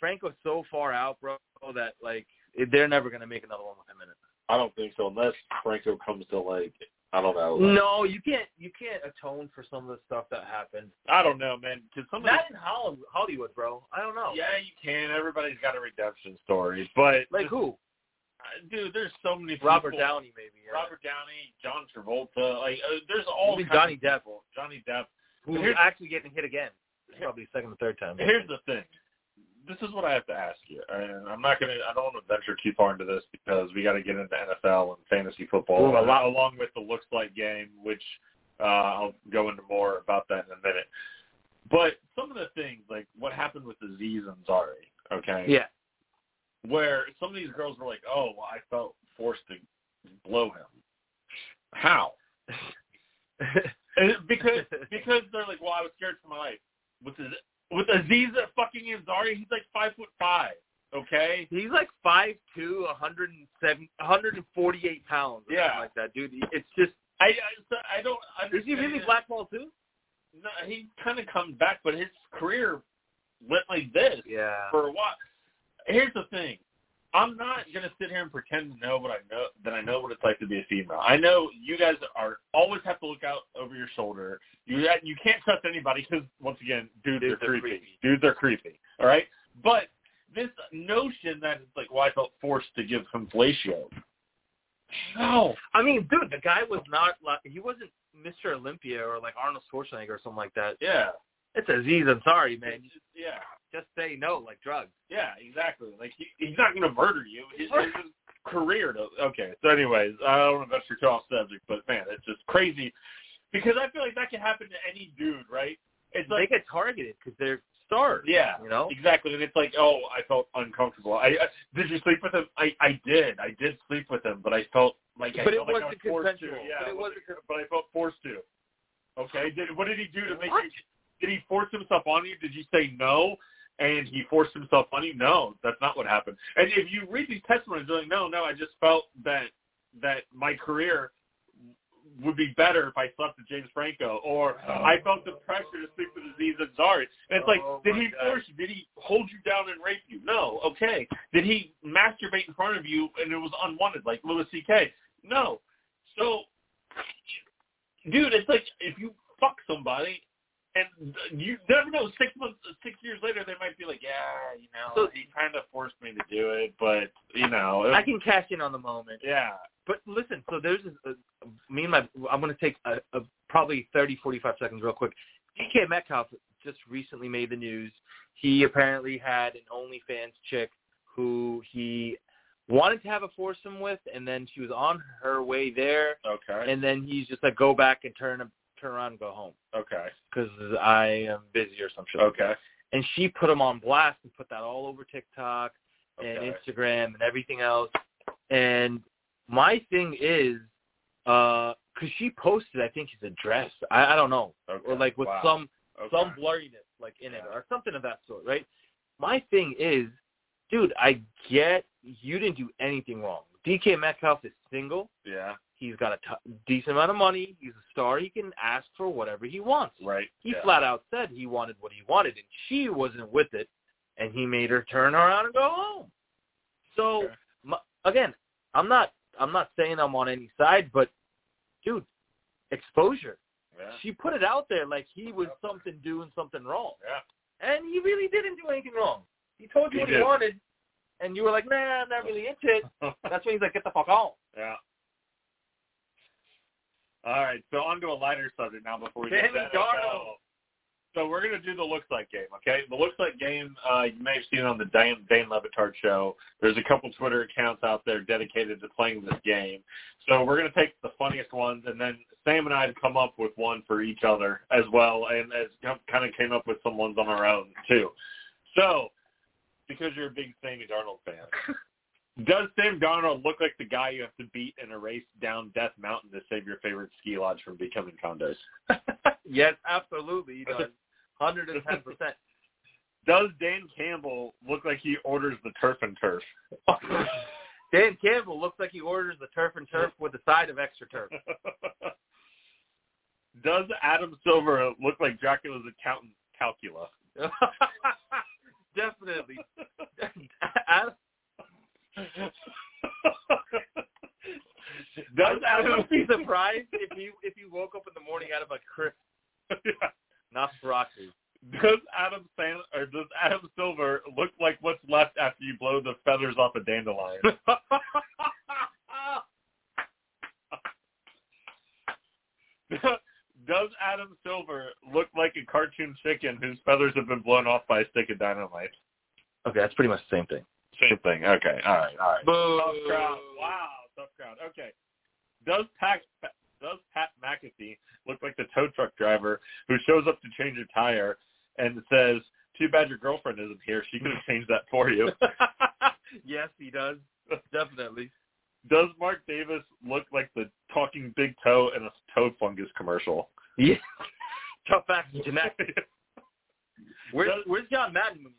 Franco's so far out, bro, that like they're never gonna make another one with him in it. I don't think so, unless Franco comes to like I don't know. like- No, you can't. You can't atone for some of the stuff that happened. I don't know, man. Cause some of Not in Hollywood, Hollywood, bro. I don't know. the, yeah, you can. Everybody's got a redemption story, but uh, Like who? dude, there's so many people. Robert Downey, maybe. Yeah. Robert Downey, John Travolta, like uh, there's all Even kinds Johnny of Depp, people. Johnny Depp. who's Here's- actually getting hit again. Probably second or third time. Here's the thing. This is what I have to ask you, and I'm not gonna. I don't want to venture too far into this because we got to get into NFL and fantasy football Ooh. a lot, along with the looks like game, which uh, I'll go into more about that in a minute. But some of the things, like what happened with Aziz Ansari, okay, Yeah. where some of these girls were like, "Oh, well, I felt forced to blow him." How? And it- because because they're like, well, I was scared for my life. With Az- with Aziz fucking Ansari, he's like five foot five. Okay, He's like five two, 107, 148 pounds. Or Yeah. something like that, dude. It's just. I I, so I don't. Is Understand he really blackballed too? No, he kind of comes back, but his career went like this Yeah. for a while. Here's the thing. I'm not gonna sit here and pretend to know what I know that I know what it's like to be a female. I know you guys are always have to look out over your shoulder. You you can't trust anybody because once again, dudes, Dudes are are creepy. creepy. Dudes are creepy. All right, but this notion that it's like, well, I felt forced to give him fellatio. How? I mean, dude, the guy was not. like He wasn't Mr. Olympia or like Arnold Schwarzenegger or something like that. Yeah. It's Aziz Ansari, man. It's just- yeah. Just say no, like drugs. Yeah, exactly. Like he, he's not going to murder you. His, his career. To, okay. So, anyways, I don't know if that's your off subject, but man, it's just crazy because I feel like that can happen to any dude, right? It's they like get targeted because they're stars. yeah, You know. exactly. And it's like, oh, I felt uncomfortable. I, I did you sleep with him? I I did. I did sleep with him, but I felt like I But it felt like I wasn't was forced to. consensual. Yeah, But it wasn't- But I felt forced to. Okay. Did what did he do to make What? you? Did he force himself on you? Did you say no? and he forced himself on you. No, that's not what happened. And if you read these testimonies, they're like, no, no, I just felt that that my career would be better if I slept with James Franco, or I felt the pressure to sleep with Aziz Ansari. And it's like, Oh, did my he God. force you? Did he hold you down and rape you? No. Okay. Did he masturbate in front of you and it was unwanted, like Louis C.K.? No. So, dude, it's like if you fuck somebody and you never know. Six months, six years later, they might be like, "Yeah, you know, So- he kind of forced me to do it, but you know, it I can cash in on the moment. yeah, But listen, so there's this, uh, me and my. I'm going to take a, a, probably 30, 45 seconds real quick. DK Metcalf just recently made the news. He apparently had an OnlyFans chick who he wanted to have a foursome with, and then she was on her way there, okay, and then he's just like, go back and turn turn around and go home okay, because I am busy or some shit. like okay, and she put him on blast and put that all over TikTok and Okay. Instagram and everything else. And my thing is, uh 'cause she posted, I think his address. I, I don't know, okay, or like with wow. some okay. some blurriness like in it Yeah. or something of that sort, right? My thing is, dude, I get you didn't do anything wrong. DK Metcalf is single. yeah, He's got a t- decent amount of money. He's a star. He can ask for whatever he wants. right, He yeah. flat out said he wanted what he wanted, and she wasn't with it, and he made her turn around and go home. So Okay. my, again, I'm not I'm not saying I'm on any side, but dude, exposure. yeah. She put it out there like he was something doing something wrong, Yeah. and he really didn't do anything wrong. He told you He what he did. wanted, and you were like, Nah, I'm not really into it. That's when he's like, Get the fuck out. yeah. All right, so on to a lighter subject now before we get Danny to NFL. Darnold. So we're gonna do the looks like game, okay? The looks like game, uh, you may have seen it on the Dan Dane Levitard show. There's a couple Twitter accounts out there dedicated to playing this game. So we're gonna take the funniest ones, and then Sam and I have come up with one for each other as well, and as kind of came up with some ones on our own too. So, because you're a big Sammy Darnold fan, does Sam Darnold look like the guy you have to beat in a race down Death Mountain to save your favorite ski lodge from becoming condos? yes, absolutely. He does. Hundred and ten percent. Does Dan Campbell look like he orders the turf and turf? Dan Campbell looks like he orders the turf and turf with a side of extra turf. Does Adam Silver look like Dracula's accountant Calcula? definitely. Adam, Does I Adam would be surprised if you if you woke up in the morning out of a crisp, not broccoli. does Adam Sand or does Adam Silver look like what's left after you blow the feathers off a dandelion? does Adam Silver look like a cartoon chicken whose feathers have been blown off by a stick of dynamite? Okay, that's pretty much the same thing. Same thing. Okay. All right. All right. Boo. Tough crowd. Wow, tough crowd. Okay. Does Pat does Pat McAfee look like the tow truck driver who shows up to change a tire and says, "Too bad your girlfriend isn't here. She could have changed that for you." yes, he does. Definitely. does Mark Davis look like the talking big toe in a toe fungus commercial? Yeah. Tough facts to connect. yeah. Where's, Does- where's John Madden? When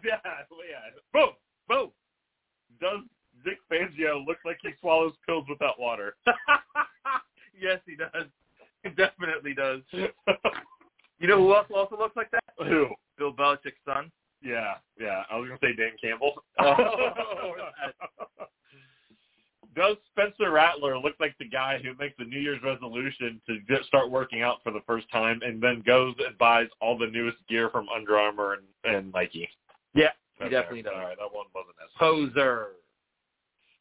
you Yeah. Boom. Boom. Does Dick Fangio look like he swallows pills without water? yes, he does. He definitely does. Who? You know who else also looks like that? Bill Belichick's son. Yeah, yeah. I was gonna say Dan Campbell. Oh. Does Spencer Rattler look like the guy who makes a New Year's resolution to get, start working out for the first time and then goes and buys all the newest gear from Under Armour and, and Nike? Yeah, he Okay, definitely does. All right, that one wasn't as Poser.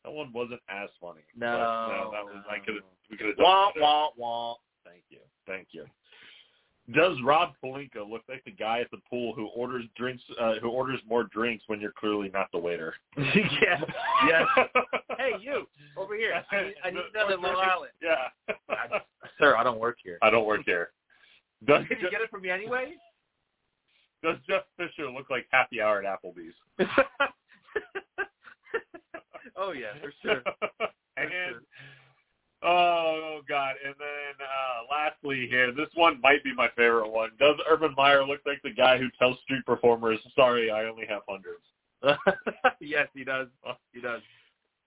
that one wasn't as funny. No, But, no that was I no. could we could have done Wah, better. wah, wah. Thank you. Thank you. Does Rob Palinka look like the guy at the pool who orders drinks uh, who orders more drinks when you're clearly not the waiter? yeah. Yes. Hey, you over here. I need, I need another Long Island. Yeah. Sir, I don't work here. I don't work here. Does, Did you Je- get it from me anyway? does Jeff Fisher look like happy hour at Applebee's? oh yeah, for sure. and sure. oh god, and then uh, lastly here, this one might be my favorite one. Does Urban Meyer look like the guy who tells street performers, "Sorry, I only have hundreds? yes, he does. He does.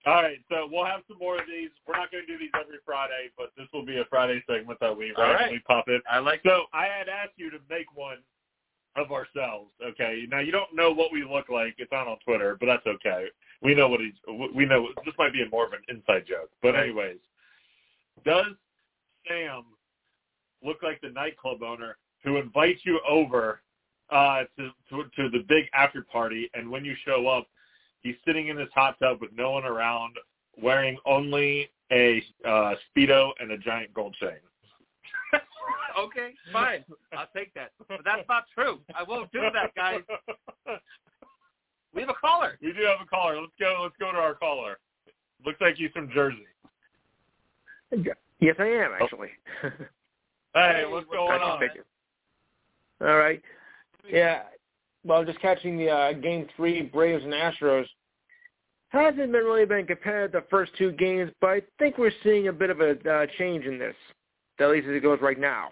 All right, so we'll have some more of these. We're not going to do these every Friday, but this will be a Friday segment that we All right. randomly pop in. I like So I had asked you to make one of ourselves. Okay, now you don't know what we look like. It's not on Twitter, but that's okay. We know what he's. We know this might be more of an inside joke, but Right. anyways, does Sam look like the nightclub owner who invites you over uh, to, to to the big after party, and when you show up, he's sitting in his hot tub with no one around, wearing only a uh, speedo and a giant gold chain. Okay, fine. I'll take that. But that's not true. I won't do that, guys. We have a caller. We do have a caller. Let's go. Let's go to our caller. Looks like he's from Jersey. Yes, I am actually. Hey, Hey, what's Oh, what's going Catching on? pictures. All right. Yeah. Well, I'm just catching the uh, game three Braves and Astros. Hasn't been really been competitive the first two games, but I think we're seeing a bit of a uh, change in this. At least as it goes right now.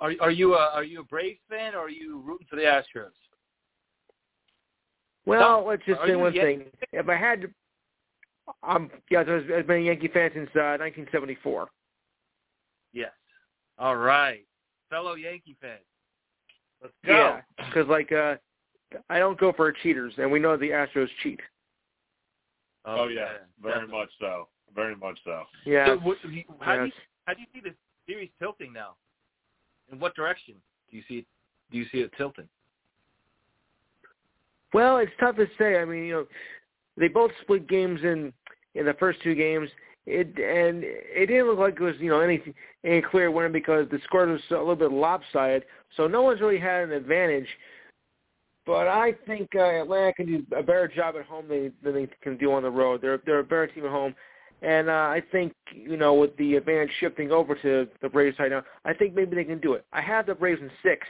Are are you a are you a Braves fan or are you rooting for the Astros? Well, let's just are say you one a Yankee thing. If I had to, I'm yeah, I've I've been a Yankee fan since uh, 1974. Yes. All right, fellow Yankee fan. Let's go. Yeah, because like uh, I don't go for cheaters, and we know the Astros cheat. Oh yeah, very definitely. much so. Very much so. Yeah. So what, do you- how, do you, Yes. how do you see this series tilting now? In what direction do you see it? Do you see it tilting? Well, it's tough to say. I mean, you know, they both split games in in the first two games. It and it didn't look like it was you know any any clear winner because the score was a little bit lopsided. So no one's really had an advantage. But I think uh, Atlanta can do a better job at home than, than they can do on the road. They're they're a better team at home, and uh, I think you know with the advantage shifting over to the Braves side now, I think maybe they can do it. I have the Braves in six.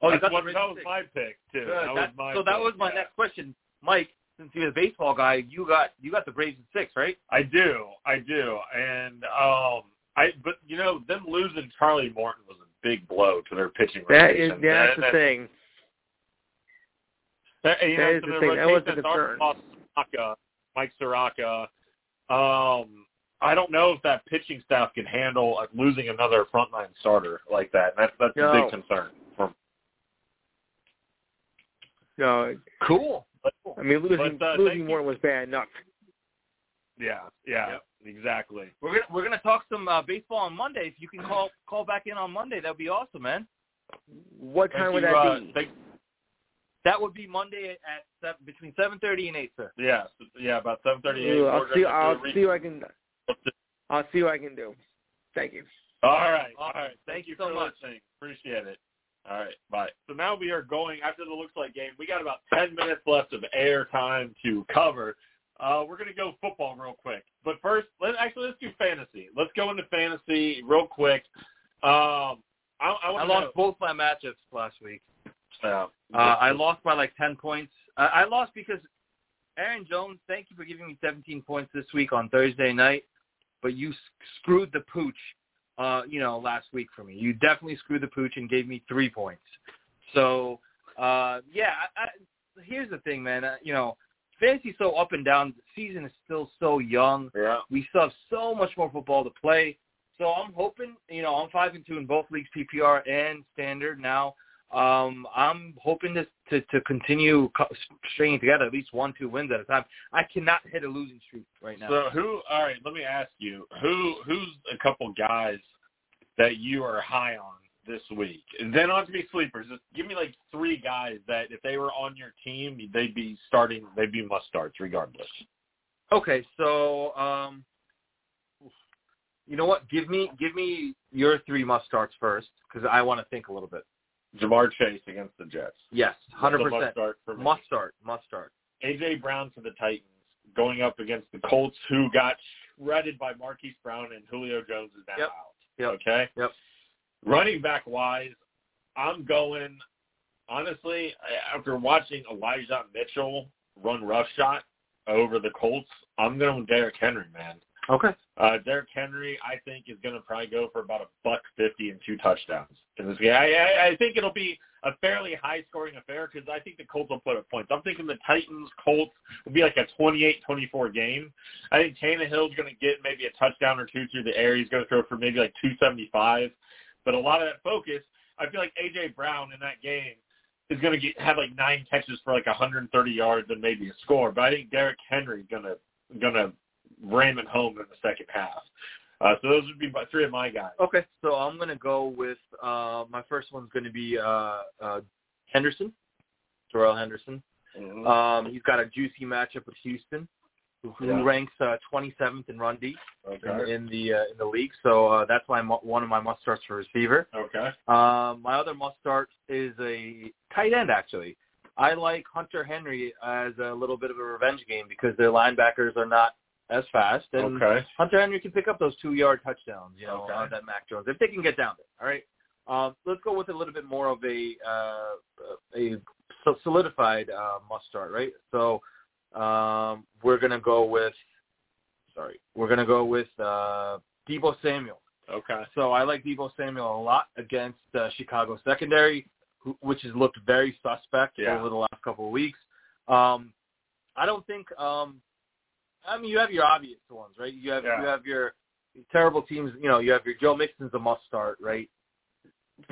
Oh, That's what- that was my pick too. Good. That was That- my so that pick, was my yeah. next question, Mike. Since you're the baseball guy, you got you got the Braves in six, right? I do, I do, and um, I but you know them losing Charlie Morton was a big blow to their pitching That is rotation. that's That- the thing. that- you that know, is so the their thing. That was the rotation started concern. off Soraka, Mike Soraka. Um, I don't know if that pitching staff can handle uh, losing another frontline starter like that. And that's that's a No. big concern. For No, Cool. I mean losing But, uh, thank losing you. Warren was bad enough. Yeah, yeah, exactly. We're gonna we're gonna talk some uh, baseball on Monday. If you can call call back in on Monday, that'd be awesome, man. What Thank time would you, that uh, be? thank- That would be Monday at seven, between seven thirty and eight, sir. yeah, s- yeah, about seven thirty-eight. Ooh, I'll see. I'll see what I can. I'll see what I can do. Thank you. All right. Awesome. All right. Thank Thank you you so for much. listening. Appreciate it. All right. Bye. So now we are going after the looks like game. We got about 10 minutes left of air time to cover. Uh, we're going to go football real quick. But first, let actually let's do fantasy. Let's go into fantasy real quick. Um, I, I I want lost both my matchups last week. to know. Uh, I lost by like ten points. I, I lost because Aaron Jones. Thank you for giving me seventeen points this week on Thursday night, but you s- screwed the pooch. Uh, you know, last week for me, you definitely screwed the pooch and gave me three points. So, uh, yeah. I, I, here's the thing, man. Uh, you know, fantasy's so up and down. The season is still so young. Yeah. We still have so much more football to play. So I'm hoping, you know, I'm five and two in both leagues, PPR and standard now. Um, I'm hoping to to, to continue co- stringing together at least one, two wins at a time. I cannot hit a losing streak right now. So who? All right. Let me ask you. Who? Who's a couple guys that you are high on this week? And they don't have to be sleepers. Just give me like three guys that if they were on your team, they'd be starting. They'd be must starts regardless. okay, so um, you know what? Give me give me your three must starts first because I want to think a little bit. Jamar Chase against the Jets. Yes, hundred That's a Must percent. start for me. Must start. Must start. AJ Brown for the Titans going up against the Colts, who got shredded by Marquise Brown and Julio Jones is now Yep. out. Yep. Okay. Yep. Running back wise, I'm going. Honestly, I- after watching Elijah Mitchell run rough shot over the Colts, I'm going with Derrick Henry, man. Okay. Uh, Derrick Henry, I think, is going to probably go for about a buck fifty and two touchdowns in this game. I, I, I think it'll be a fairly high-scoring affair because I think the Colts will put up points. I'm thinking the Titans Colts will be like a 28-24 game. I think Tannehill's going to get maybe a touchdown or two through the air. He's going to throw for maybe like 275, but a lot of that focus, I feel like AJ Brown in that game is going to get have like nine catches for like 130 yards and maybe a score. But I think Derrick Henry's going to going to ram it home in the second half. Uh, so those would be my, three of my guys. Okay, so I'm gonna go with uh, my first one's gonna be uh, uh, Henderson, Darrell Henderson. Mm-hmm. Uh, Um, he's got a juicy matchup with Houston, who who Yeah. ranks uh, 27th in run D in, Okay. in the uh, in the league. So uh, that's my mu- one of my must starts for receiver. Okay. Um, my other must start is a tight end, actually. I like Hunter Henry as a little bit of a revenge game because their linebackers are not as fast, and Okay. Hunter Henry can pick up those two yard touchdowns, you know, Okay. uh, that Mac Jones if they can get down there. All right, um, let's go with a little bit more of a uh, a so- solidified uh, must start, right? So um, we're gonna go with sorry, we're gonna go with uh, Debo Samuel. Okay. So I like Debo Samuel a lot against uh, Chicago secondary, who, which has looked very suspect Yeah. over the last couple of weeks. Um, I don't think. Um, I mean, you have your obvious ones, right? You have Yeah. you have your terrible teams. You know, you have your Joe Mixon's a must start, right?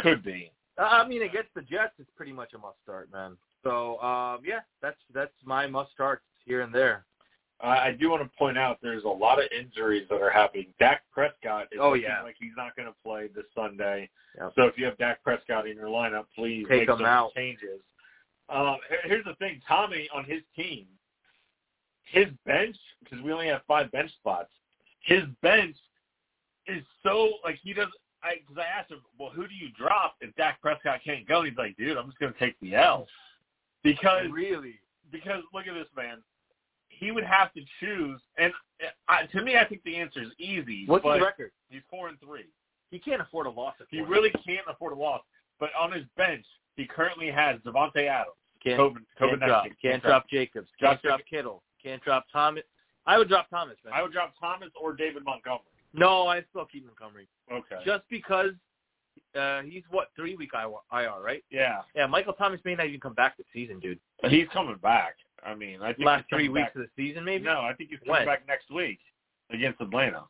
Could be. I I mean, against the Jets, it's pretty much a must start, man. So um, yeah, that's that's my must starts here and there. I I do want to point out there's a lot of injuries that are happening. Dak Prescott is Oh, looking yeah. like he's not going to play this Sunday. Yep. So if you have Dak Prescott in your lineup, please Take make him some out. changes. Um, here- here's the thing, Tommy on his team, his bench because we only have five bench spots. His bench is so like he does. I because I asked him, well, who do you drop if Dak Prescott can't go? He's like, dude, I'm just going to take the L because Really? because look at this man. He would have to choose, and uh, I, to me, I think the answer is easy. What's but his record? he's four and three. He can't afford a loss. At He four. really can't afford a loss. But on his bench, he currently has Devontae Adams, can't COVID, Can't COVID drop. nineteen. Can't drop Jacobs. Can't Drop drop Kittle. Can't drop Thomas. I would drop Thomas, man. I would drop Thomas or David Montgomery. no, I still keep Montgomery Okay. just because uh, he's what three week IR, right? yeah, Yeah, Michael Thomas may not even come back this season, dude. he's coming back. I mean, I think Last he's three coming weeks back- of the season, maybe. No, I think he's When? coming back next week against Atlanta.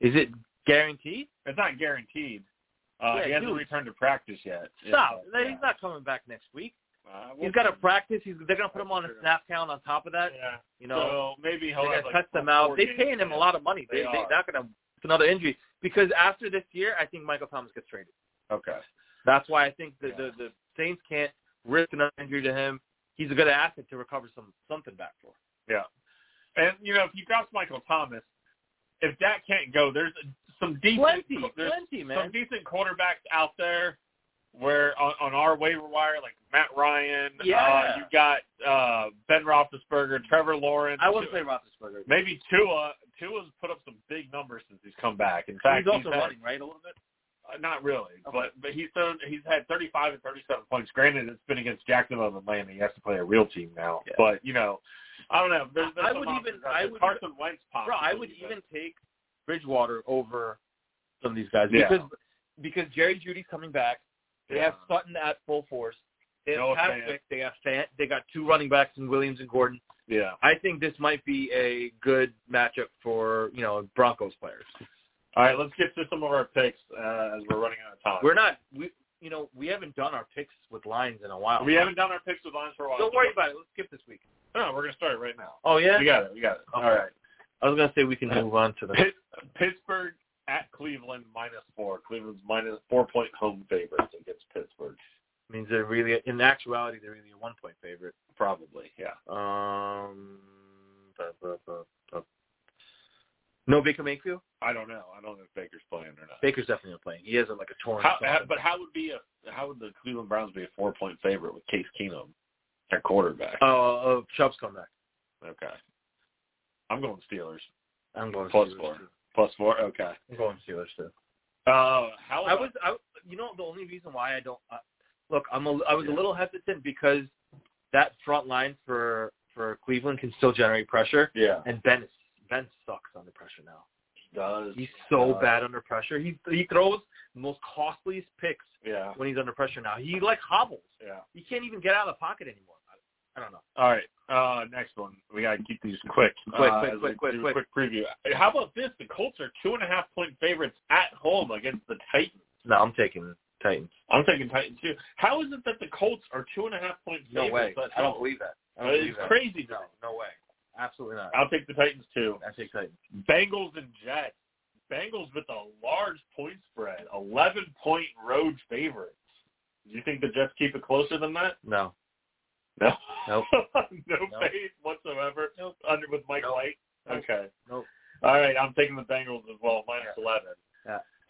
Is it guaranteed? It's not guaguaranteed. Uh, Yeah, he hasn't dude. returned to practice yet. Stop. Yeah. He's not coming back next week. Uh, we'll He's got to practice. He's, they're going to put him on a snap count on top of that. Yeah. You so know, maybe they're he'll going have to like cut them four out. They're games paying him a in. lot of money. They, They they, are. are not going to it's another injury because after this year, I think Michael Thomas gets traded. Okay. That's why I think the, Yeah. the, the Saints can't risk another injury to him. He's a good asset to recover some something back for. And you know, if you draft Michael Thomas, if that can't go, there's some decent Plenty, there's plenty, some man. decent quarterbacks out there where on, on our waiver wire, like Matt Ryan, Yeah. uh, you got uh, Ben Roethlisberger, Trevor Lawrence. I wouldn't say Roethlisberger. maybe Tua. Tua's put up some big numbers since he's come back. In fact, He's also had- running, right, a little bit? Uh, not really, Okay. but but he's thrown, he's had 35 and 37 points. Granted, it's been against Jacksonville and Atlanta. He has to play a real team now, Yeah. but you know, I don't know. There's, there's I some would options even- out I there. would- Carson Wentz. Bro, I would possibly, but- even take Bridgewater over some of these guys Yeah. because because Jerry Judy's coming back. They have Yeah. Sutton at full force. They have Noah Fant. Patrick. They have Fant. They got two running backs in Williams and Gordon. yeah. I think this might be a good matchup for you know Broncos players. All right, let's get to some of our picks uh, as we're running out of time. We're not we you know we haven't done our picks with lines in a while. We haven't done our picks with lines for a while. Don't worry about it. Let's skip this week. No, we're gonna start it right now. Oh yeah. We got it. We got it. Okay. All right. I was gonna say we can move on to the. Pitt, Pittsburgh at Cleveland minus four. Cleveland's minus four point home favorites against Pittsburgh. means they're really in actuality they're really a one point favorite. Probably, yeah. Um, bu- bu- bu- bu- no Baker Mayfield. I don't know. I don't know if Baker's playing or not. Baker's definitely playing. He has a, like a torn. How, how, something. but how would be a how would the Cleveland Browns be a four point favorite with Case Keenum at quarterback? oh, oh, Chubb's comeback. Okay, I'm going Steelers I'm going Plus Steelers, four. too. plus four. Okay. I'm going Steelers too. Uh, how I about- was, I, you know, the only reason why I don't uh, look, I'm, a, I was Yeah. a little hesitant because that front line for for Cleveland can still generate pressure, yeah and Ben is, Ben sucks under pressure now. he does He's so Uh, bad under pressure. He he throws the most costliest picks yeah when he's under pressure now. He like hobbles. yeah. You can't even get out of the pocket anymore. I, I don't know. All right. Uh, next one. We gotta keep these quick. Quick, uh, quick, as quick, we quick, do a quick. preview. How about this? The Colts are two and a half point favorites at home against the Titans. No, I'm taking Titans. I'm taking Titans too. How is it that the Colts are two and a half point No way. favorites? at I don't home? believe that. I don't believe It's that. crazy. No, no way. Absolutely not. I'll take the Titans too. I take Titans. Bengals and Jets. Bengals with a large point spread, eleven point road favorites. Do you think the Jets keep it closer than that? No. No. Nope. no Nope. faith whatsoever. Under with Mike Nope. White. Nope. Okay. Nope. All right, I'm taking the Bengals as well, minus eleven.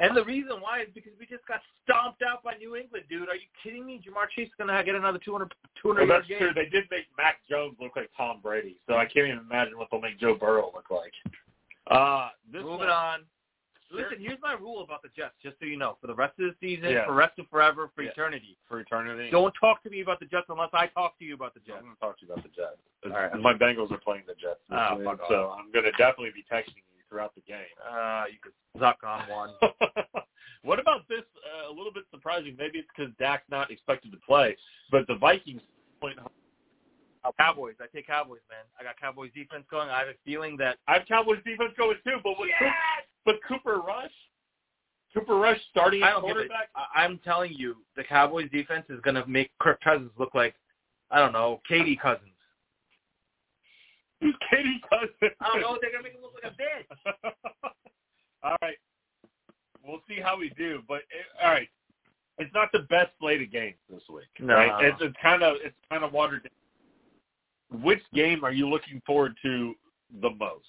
And the reason why is because we just got stomped out by New England, dude. Are you kidding me? Jamar Chase is gonna get another 200, 200 Well, yard that's game. true. They did make Mac Jones look like Tom Brady, so I can't even imagine what they'll make Joe Burrow look like. Uh this one- Moving on. Listen, here's my rule about the Jets, just so you know, for the rest of the season, Yeah. for rest of forever, for Yeah. eternity. for eternity. Don't talk to me about the Jets unless I talk to you about the I'm Jets. going to talk to you about the Jets. All right. My Bengals are playing the Jets, this Ah, week, fuck off. so I'm going to definitely be texting you throughout the game. Uh, you could suck on one. what about this? Uh, a little bit surprising. Maybe it's because Dak's not expected to play, but the Vikings point. Cowboys. I take Cowboys, man. I got Cowboys defense going. I have a feeling that I have Cowboys defense going too, but with Coop- but Cooper Rush, Cooper Rush starting I at don't give it. quarterback. I, I'm telling you, the Cowboys defense is going to make Kirk Cousins look like, I don't know, Katie Cousins. Who's Katie Cousins? I don't know. They're going to make him look like a bitch. all right, we'll see how we do. But it, all right, it's not the best slate of games this week. No. Right? It's, it's kind of it's kind of watered down. Which game are you looking forward to the most?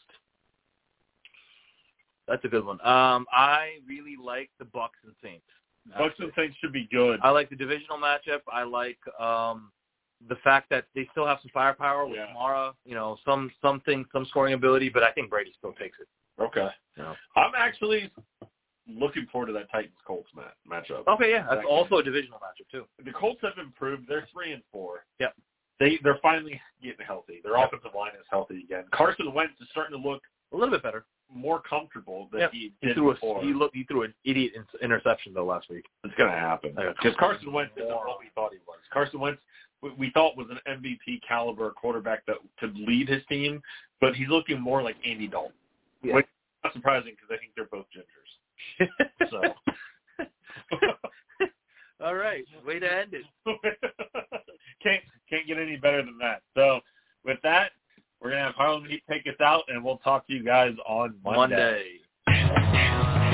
That's a good one. Um, I really like the Bucks and Saints. Bucks and Saints should be good. I like the divisional matchup. I like um, the fact that they still have some firepower with Yeah. Mara. You know, some something, some scoring ability. But I think Brady still takes it. Okay. No. I'm actually looking forward to that Titans Colts match matchup. Okay, yeah, that's Exactly. also a divisional matchup too. The Colts have improved. They're three and four. Yep. They they're finally getting healthy. Their Yep. offensive line is healthy again. Carson Wentz is starting to look A little bit better. more comfortable than Yep. he He did threw a before. he looked he threw an idiot in- interception though last week. It's going to happen Yeah. because Carson Wentz isn't what we thought he was. Carson Wentz, we, we thought was an MVP caliber quarterback that could lead his team, but he's looking more like Andy Dalton. Yeah. Which is not surprising because I think they're both gingers. So All right. Way to end it. can't can't get any better than that. So with that, we're gonna have Harlem Heat take us out, and we'll talk to you guys on Monday. Monday. Monday.